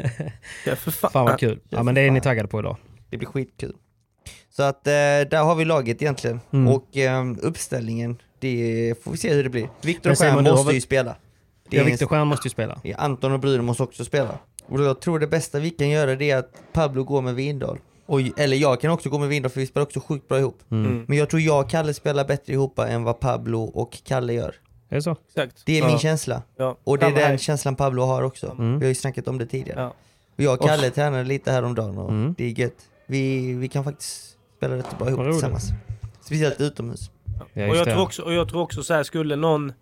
C: Ja, för fan.
A: Fan vad kul. Ja, men det är ni taggade på idag.
B: Det blir skitkul. Så att eh, där har vi laget egentligen.
A: Mm.
B: Och eh, uppställningen, det får vi se hur det blir. Viktor
A: Men Simon,
B: Stjern
A: du har
B: måste
A: väl-
B: ju spela. Det
A: Ja,
B: är
A: Viktor Stjern måste ju spela.
B: en... Anton och Brynäs måste också spela. Och jag tror det bästa vi kan göra det är att Pablo går med Windahl. Och, eller jag kan också gå med Windahl för vi spelar också sjukt bra ihop.
C: Mm.
B: Men jag tror jag och Kalle spelar bättre ihop än vad Pablo och Kalle gör.
A: Är det så?
C: Exakt.
B: Det är min
C: Ja.
B: känsla.
C: Ja.
B: Och det är
C: Samma
B: den
C: här.
B: känslan Pablo har också.
A: Mm.
B: Vi har ju snackat om det tidigare.
C: Ja.
B: Och jag och Kalle tränade lite häromdagen och
A: Mm.
B: det är gött. Vi, vi kan faktiskt spela rätt bra ihop
A: Vad roligt.
B: tillsammans. Speciellt utomhus.
A: Ja,
C: och,
A: just
C: jag
A: det.
C: tror också, och jag tror också så här, skulle någon,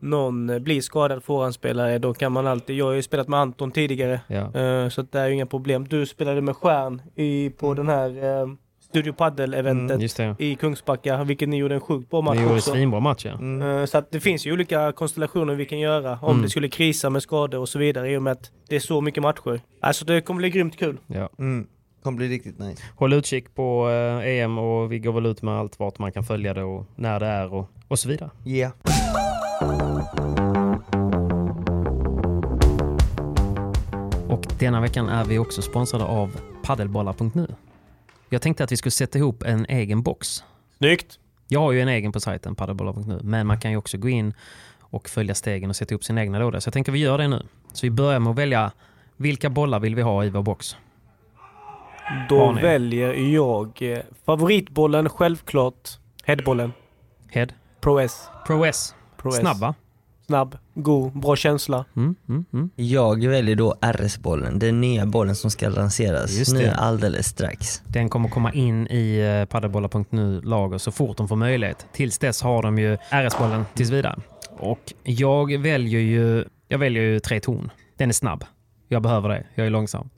C: någon eh, bli skadad forehandspelare, då kan man alltid... Jag har ju spelat med Anton tidigare,
A: Ja.
C: eh, så att det är ju inga problem. Du spelade med Stjärn i, på den här eh, Studio Padel-eventet
A: Mm. Just det.
C: i Kungsbacka, vilket ni gjorde en sjukt bra match
A: Ni gjorde
C: också.
A: svinbra match ja.
C: Eh, Så att det finns ju olika konstellationer vi kan göra om
A: Mm.
C: det skulle krisa med skador och så vidare i och med att det är så mycket matcher. Alltså det kommer bli grymt kul.
A: ja.
B: Mm. Kommer bli riktigt nice.
A: Håll utkik på eh, EM och vi går väl ut med allt vart man kan följa det och när det är och, och så vidare.
B: Yeah.
A: Och denna veckan är vi också sponsrade av paddelbollar.nu. Jag tänkte att vi skulle sätta ihop en egen box.
C: Snyggt!
A: Jag har ju en egen på sajten paddelbollar.nu men man kan ju också gå in och följa stegen och sätta upp sin egna låda. Så jag tänker vi gör det nu. Så vi börjar med att välja vilka bollar vill vi ha i vår box?
C: Då
A: Har ni?
C: väljer jag eh, favoritbollen självklart. Headbollen.
A: Head,
C: Pro S.
A: Pro S,
C: Pro S.
A: snabba.
C: Snabb. God. Bra känsla.
A: Mm, mm, mm.
B: Jag väljer då RS-bollen, den nya bollen som ska lanseras
A: Just
B: nu
A: det.
B: alldeles strax.
A: Den kommer komma in i eh, padelbollar.nu lager så fort de får möjlighet. Tills dess har de ju RS-bollen tills vidare. Och jag väljer ju... Jag Jag väljer ju tre ton. Den är snabb. Jag behöver det. Jag är långsam.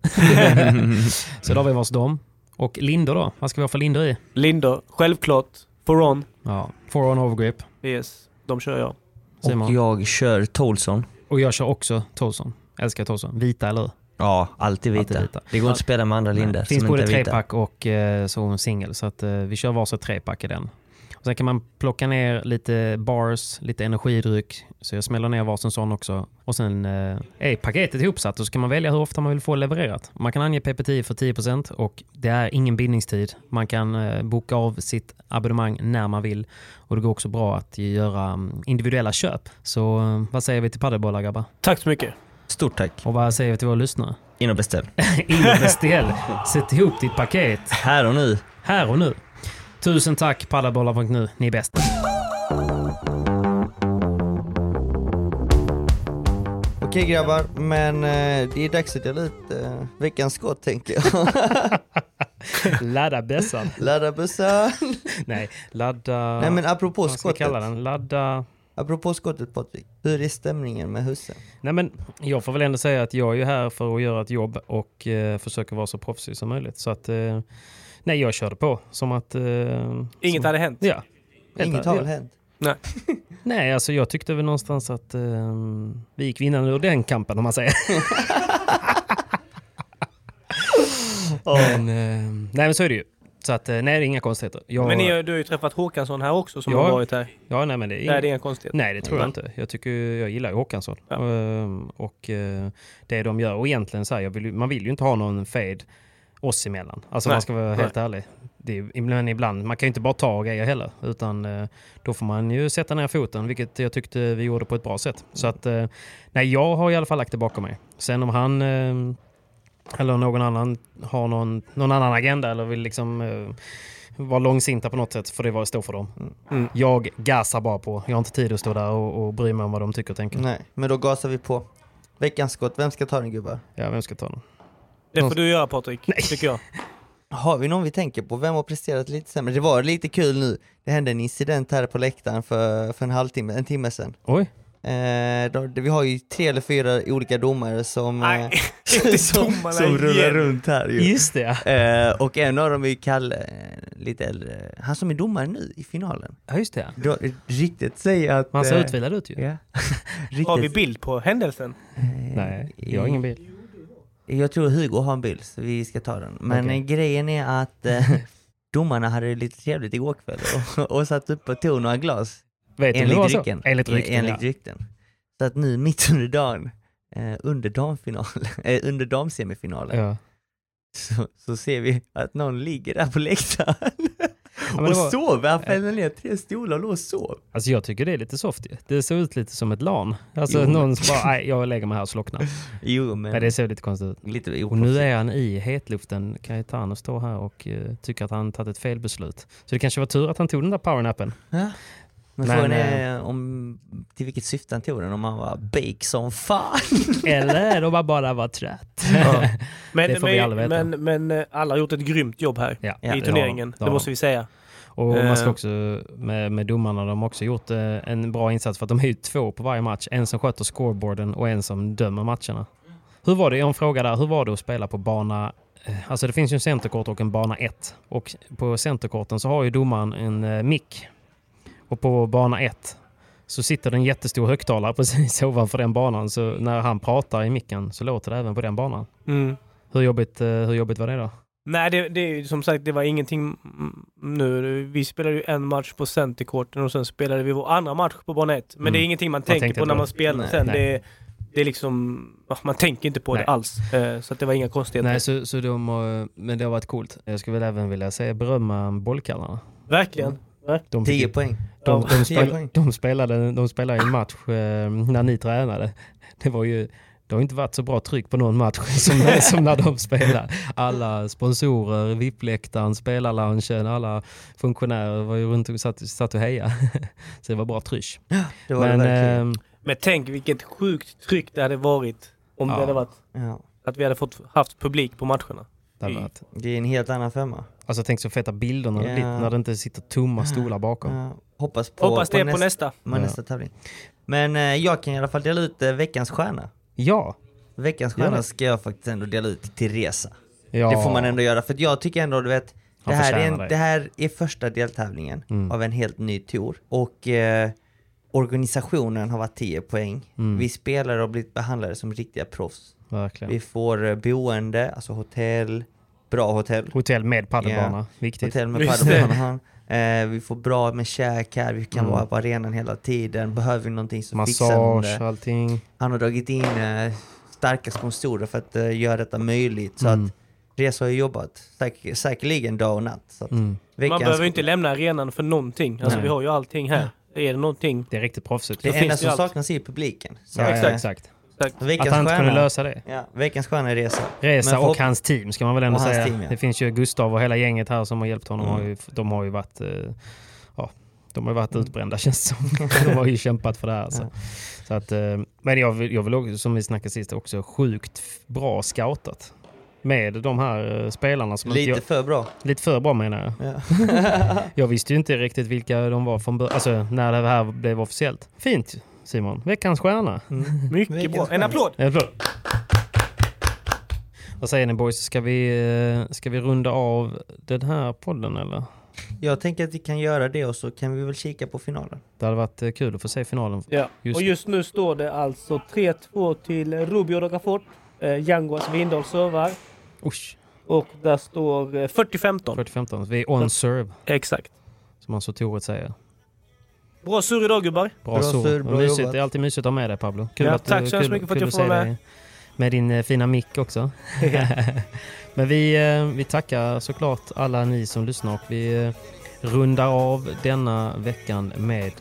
A: så då har vi vars dom. Och lindor då? Vad ska vi ha för lindor i?
F: Lindor, självklart. Foron.
A: Ja, forearm overgrip.
F: Yes, de kör jag.
A: Simon.
B: Och jag kör Tolson.
A: Och jag kör också Tolson. Älskar Tolson. Vita, eller hur?
B: Ja, alltid vita.
A: Alltid vita.
B: Det går inte att spela med andra lindor
A: Finns
B: som inte
A: både
B: är vita.
A: trepack och eh, så singel. Så att eh, vi kör varsitt trepack i den. Och sen kan man plocka ner lite bars, lite energidryck. Så jag smäller ner varsin sån också. Och sen eh, är paketet ihopsatt och så kan man välja hur ofta man vill få levererat. Man kan ange PP10 för 10% och det är ingen bindningstid. Man kan eh, boka av sitt abonnemang när man vill. Och det går också bra att göra mm, individuella köp. Så eh, vad säger vi till padelbollar grabbar?
F: Tack så mycket.
B: Stort tack.
A: Och vad säger vi till våra lyssnare?
B: In och beställ.
A: In och beställ. Sätt ihop ditt paket.
B: Här och nu.
A: Här och nu. Tusen tack padelbollar.nu. Ni är bäst.
B: Okej grabbar, men eh, det är dags att dela ut eh, veckans skott tänker jag.
A: Ladda bössan.
B: Ladda bussar.
A: Nej, ladda...
B: Nej men apropå
A: vad ska vi
B: skottet.
A: kalla den? Ladda...
B: Apropå skottet Patrik. Hur är stämningen med husen?
A: Nej men jag får väl ändå säga att jag är ju här för att göra ett jobb och eh, försöka vara så proffsig som möjligt. Så att... Eh, nej, jag körde på. Som att... Eh,
F: Inget
A: som,
F: hade hänt.
A: Ja.
B: Inget har väl hänt?
A: Nej, alltså jag tyckte väl någonstans att eh, vi gick vinnande ur den kampen om man säger. Men, eh, nej men så är det ju. Så att, eh, nej det är inga konstigheter. Jag,
F: Men ni, du har ju träffat Håkansson här också som
A: Ja.
F: har varit här.
A: ja, nej, men det är inga,
F: Nej, det är inga konstigheter.
A: Nej, det tror jag inte. Jag, tycker, jag gillar ju Håkansson.
F: Ja.
A: Ehm, och eh, det de gör. Och egentligen så här, jag vill, ju- man vill ju inte ha någon fade oss emellan. Alltså om
F: Nej.
A: man ska vara helt ärlig. Det är, men ibland, man kan ju inte bara ta grejer heller. Utan eh, då får man ju sätta ner foten, vilket jag tyckte vi gjorde på ett bra sätt. Så
F: Mm.
A: att, eh, nej, jag har i alla fall lagt det bakom mig. Sen om han eh, eller någon annan har någon, någon annan agenda eller vill liksom eh, vara långsinta på något sätt, för det var stå för dem.
F: Mm.
A: Jag gasar bara på. Jag har inte tid att stå där och, och bry mig om vad de tycker och tänker.
B: Nej, men då gasar vi på. Veckans skott, vem ska ta den gubbar?
A: Ja, vem ska ta den?
F: Det får du göra Patrik,
A: Nej.
F: tycker jag.
B: Har vi någon vi tänker på? Vem har presterat lite sämre? Det var lite kul nu. Det hände en incident här på läktaren för, för en halvtimme, en timme sedan.
A: Oj.
B: Eh, då, vi har ju tre eller fyra olika domare som,
F: Nej,
B: eh, som,
F: domarna
B: som rullar
F: igen.
B: runt här ju.
A: Just det, ja.
B: Eh, och en av dem är ju Kalle, eh, lite äldre, han som är domare nu i finalen.
A: ja just det. ja.
B: Då, riktigt säger att...
A: Man ser
B: eh,
A: utvilad ut ju.
B: Ja.
F: Har vi
B: riktigt,
F: bild på händelsen?
A: Nej, jag har ingen bil.
B: jag tror Hugo har en bild, så vi ska ta den. Men
A: Okej.
B: eh, grejen är att eh, domarna hade det lite trevligt igår kväll och, och satt upp och tog några glas.
A: Vet du om det
B: Enligt
A: var så?
B: rykten.
A: Enligt rykten,
B: enligt
A: ja.
B: rykten. Så att nu mitt under dagen, eh, under damfinalen, eh, under damsemifinalen,
A: Ja.
B: så, så ser vi att någon ligger där på läktaren
A: Ja, men det
B: och
A: var,
B: sover. Han fällde ner tre stolar och låg och sov.
A: alltså jag tycker det är lite soft ju. Det såg ut lite som ett LAN. Alltså
B: Jo, men-
A: någon som bara, nej jag lägger mig här och slocknar.
B: Jo men,
A: Nej, det såg lite konstigt ut.
B: lite
A: Och nu är han i hetluften. Cayetano står här och eh, tycker att han tagit ett felbeslut. Så det kanske var tur att han tog den där powernappen.
B: Men
A: Men, eh,
B: frågan är om, till vilket syfte han tog den, om han var bake som fan.
A: Eller om han bara var trött.
F: Men,
A: Det får
F: men,
A: vi aldrig veta.
F: men, men eh, alla har gjort ett grymt jobb här
A: Ja,
B: det har
F: i
B: de.
F: turneringen.
A: det har
F: det
A: de.
F: måste vi säga.
A: Och man ska
F: Eh.
A: också, med, med domarna, de har också gjort eh, en bra insats för att de är ju två på varje match. En som sköter scoreboarden och en som dömer matcherna. Hur var det, jag har en fråga där, hur var det att spela på bana eh, Alltså det finns ju en centerkort och en bana 1. Och på centerkorten så har ju domaren en eh, mick. Och på bana 1 så sitter det en jättestor högtalare precis ovanför den banan. Så när han pratar i micken så låter det även på den banan. Hur jobbigt, eh, hur jobbigt var det då?
F: Mm. Nej, det, det är ju som sagt, det var ingenting mm, nu. Vi spelade ju en match på centerkorten och sen spelade vi vår andra match på bana 1. Men
A: Mm.
F: det är ingenting man tänker
A: tänkte
F: på när
A: inte
F: man spelar
B: Nej,
F: sen.
A: nej.
F: Det, är- det är liksom, ah, man tänker inte på
A: Nej.
F: det alls. Eh, Så att det var inga konstigheter.
A: Nej, så, så de, har- men det har varit coolt. Jag skulle väl även vilja säga berömma bollkallarna.
F: Verkligen.
A: De, fick-
B: 10 poäng.
A: de,
B: Ja,
A: de,
B: 10
A: spel,
B: poäng.
A: de, spelade, de spelade en match eh, när ni tränade. Det var ju... Det har inte varit så bra tryck på någon match som, när- som när de spelar. Alla sponsorer, VIP-läktaren, spelarloungen, alla funktionärer var ju runt och satt, satt och hejade. Så det var bra trysch.
B: Det var
A: Men
B: det verkligen.
A: eh,
F: Men tänk vilket sjukt tryck det hade varit om
A: Ja.
F: det hade varit
A: eh,
B: ja.
F: att vi hade fått haft publik på matcherna.
A: Det hade varit.
B: Det är en helt annan femma.
A: Alltså tänk så feta bilder när, det
B: Ja.
A: blir- när det inte sitter tomma stolar bakom.
B: Ja, hoppas på,
F: Hoppas det är på nästa.
B: med
A: Ja.
B: nästa tävling. Men eh, jag kan i alla fall dela ut eh, veckans stjärna.
A: Ja.
B: Veckans
A: Gör
B: stjärna
A: det.
B: ska jag faktiskt ändå dela ut till Teresa.
A: ja.
B: Det får man ändå göra, för att jag tycker ändå du vet
A: Han
B: det här, är en,
A: förtjänar det.
B: det här är första deltävlingen
A: Mm.
B: av en helt ny tour och eh, organisationen har varit 10 poäng.
A: Mm.
B: Vi spelare har blivit behandlade som riktiga proffs.
A: Verkligen.
B: Vi får eh, boende, alltså hotell, bra hotell.
A: Hotell med padelbana.
B: Ja.
A: Viktigt.
B: Hotell med
F: Just
B: padelbanan. Eh, vi får bra med käk här, vi kan
A: Mm.
B: vara på arenan hela tiden. Behöver vi någonting så fixar han
A: Massage,
B: det.
A: allting.
B: Han har dragit in eh, starka sponsorer för att eh, göra detta möjligt.
A: Mm.
B: Så att Resa har ju jobbat säk- säkerligen dag och natt. Så att
A: Mm.
B: veckans-
F: Man behöver ju inte lämna arenan för någonting. Alltså
A: Nej.
F: vi har ju allting här. Är det någonting...
A: Det är riktigt proffsigt.
B: det
F: finns
B: enda
F: det
B: som
F: allt.
B: saknas är publiken. Så
A: Ja,
B: att,
A: ja,
B: eh,
A: exakt. Att
B: Veckans
A: han inte
B: stjärna,
A: kunde lösa det.
B: ja, veckans stjärna är Resa. Men
A: Resa och
B: förhopp-
A: hans team ska man väl ändå
B: Och hans
A: säga.
B: team, ja. Mm.
A: Det finns ju Gustav och hela gänget här som har hjälpt honom. Har ju, de har ju varit, eh, ja, de har ju
B: Mm.
A: varit utbrända känns det som. De har ju kämpat för det här. Alltså. Så att, eh, men jag vill, jag vill också, som vi snackade sist, också sjukt f- bra scoutat. Med de här eh, spelarna som inte
B: Lite
A: jag,
B: för bra.
A: lite för bra menar jag.
B: Ja.
A: Jag visste ju inte riktigt vilka de var från början, alltså när det här blev officiellt. Fint Simon, veckans stjärna.
F: Mycket
B: Veckans
F: bra. En
B: stjärna.
F: applåd!
A: En applåd. Vad säger ni boys? Ska vi, eh, ska vi runda av den här podden eller?
B: Jag tänker att vi kan göra det och så kan vi väl kika på finalen.
A: Det hade varit eh, kul att få se finalen.
F: Ja.
A: Just
F: och
A: det.
F: just nu står det alltså 3-2 till Rubio Rocafort. Eh, Yanguas Windahl servar.
A: Usch,
F: Och där står eh, 40-15.
A: 40-15. Vi är on serve,
F: Exakt.
A: som han så Toret säger.
F: Bra surr idag gubbar.
A: Bra,
B: Bra
A: sur.
B: sur,
A: Vad
B: bra
A: mysigt.
B: jobbat.
A: Det är alltid mysigt att ha med dig Pablo. Kul
F: Ja,
A: att,
F: tack
A: eh,
F: så hemskt
A: kul-
F: mycket för att
A: kul
F: jag får
A: se
F: vara
A: dig Med din eh, fina mick också. Men vi, eh, vi tackar såklart alla ni som lyssnar och vi eh, rundar av denna veckan med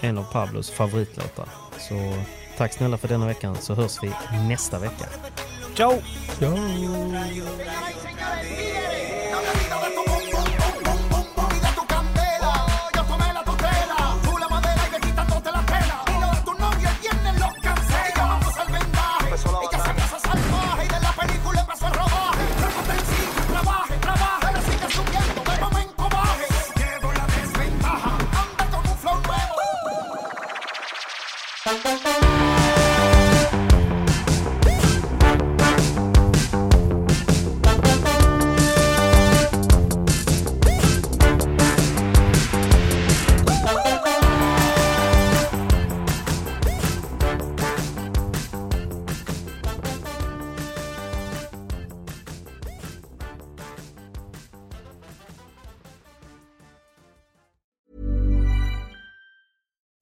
A: en av Pablos favoritlåtar. Så tack snälla för denna veckan så hörs vi nästa vecka.
F: Ciao!
G: Mira tu candela, yo tomé la tutela, tú la madera y le quitándote la tela. Uno de tu novia tiene los cancela. Y llamamos al vendaje, ella se me hizo salvaje y de la película empezó el rodaje. Recorte el sitio, trabaje, trabaje, ahora sigue subiendo, de momento baje. Llevo la desventaja, anda con un flow nuevo.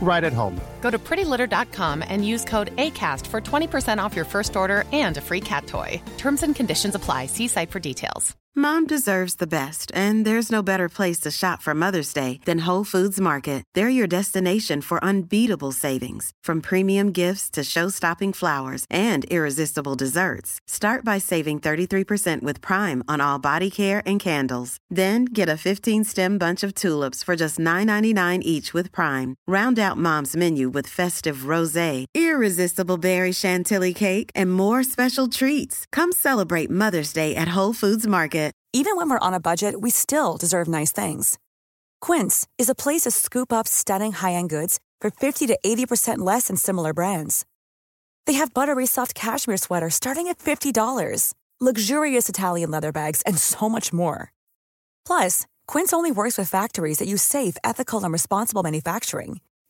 H: right at home.
I: Go to prettylitter.com and use code ACAST for 20% off your first order and a free cat toy. Terms and conditions apply. See site for details.
J: Mom deserves the best, and there's no better place to shop for Mother's Day than Whole Foods Market. They're your destination for unbeatable savings, from premium gifts to show-stopping flowers and irresistible desserts. Start by saving 33% with Prime on all body care and candles. Then get a 15-stem bunch of tulips for just $9.99 each with Prime. Round out Mom's menu with festive rosé, irresistible berry chantilly cake, and more special treats. Come celebrate Mother's Day at Whole Foods Market.
K: Even when we're on a budget, we still deserve nice things. Quince is a place to scoop up stunning high-end goods for 50 to 80% less than similar brands. They have buttery soft cashmere sweaters starting at $50, luxurious Italian leather bags, and so much more. Plus, Quince only works with factories that use safe, ethical, and responsible manufacturing.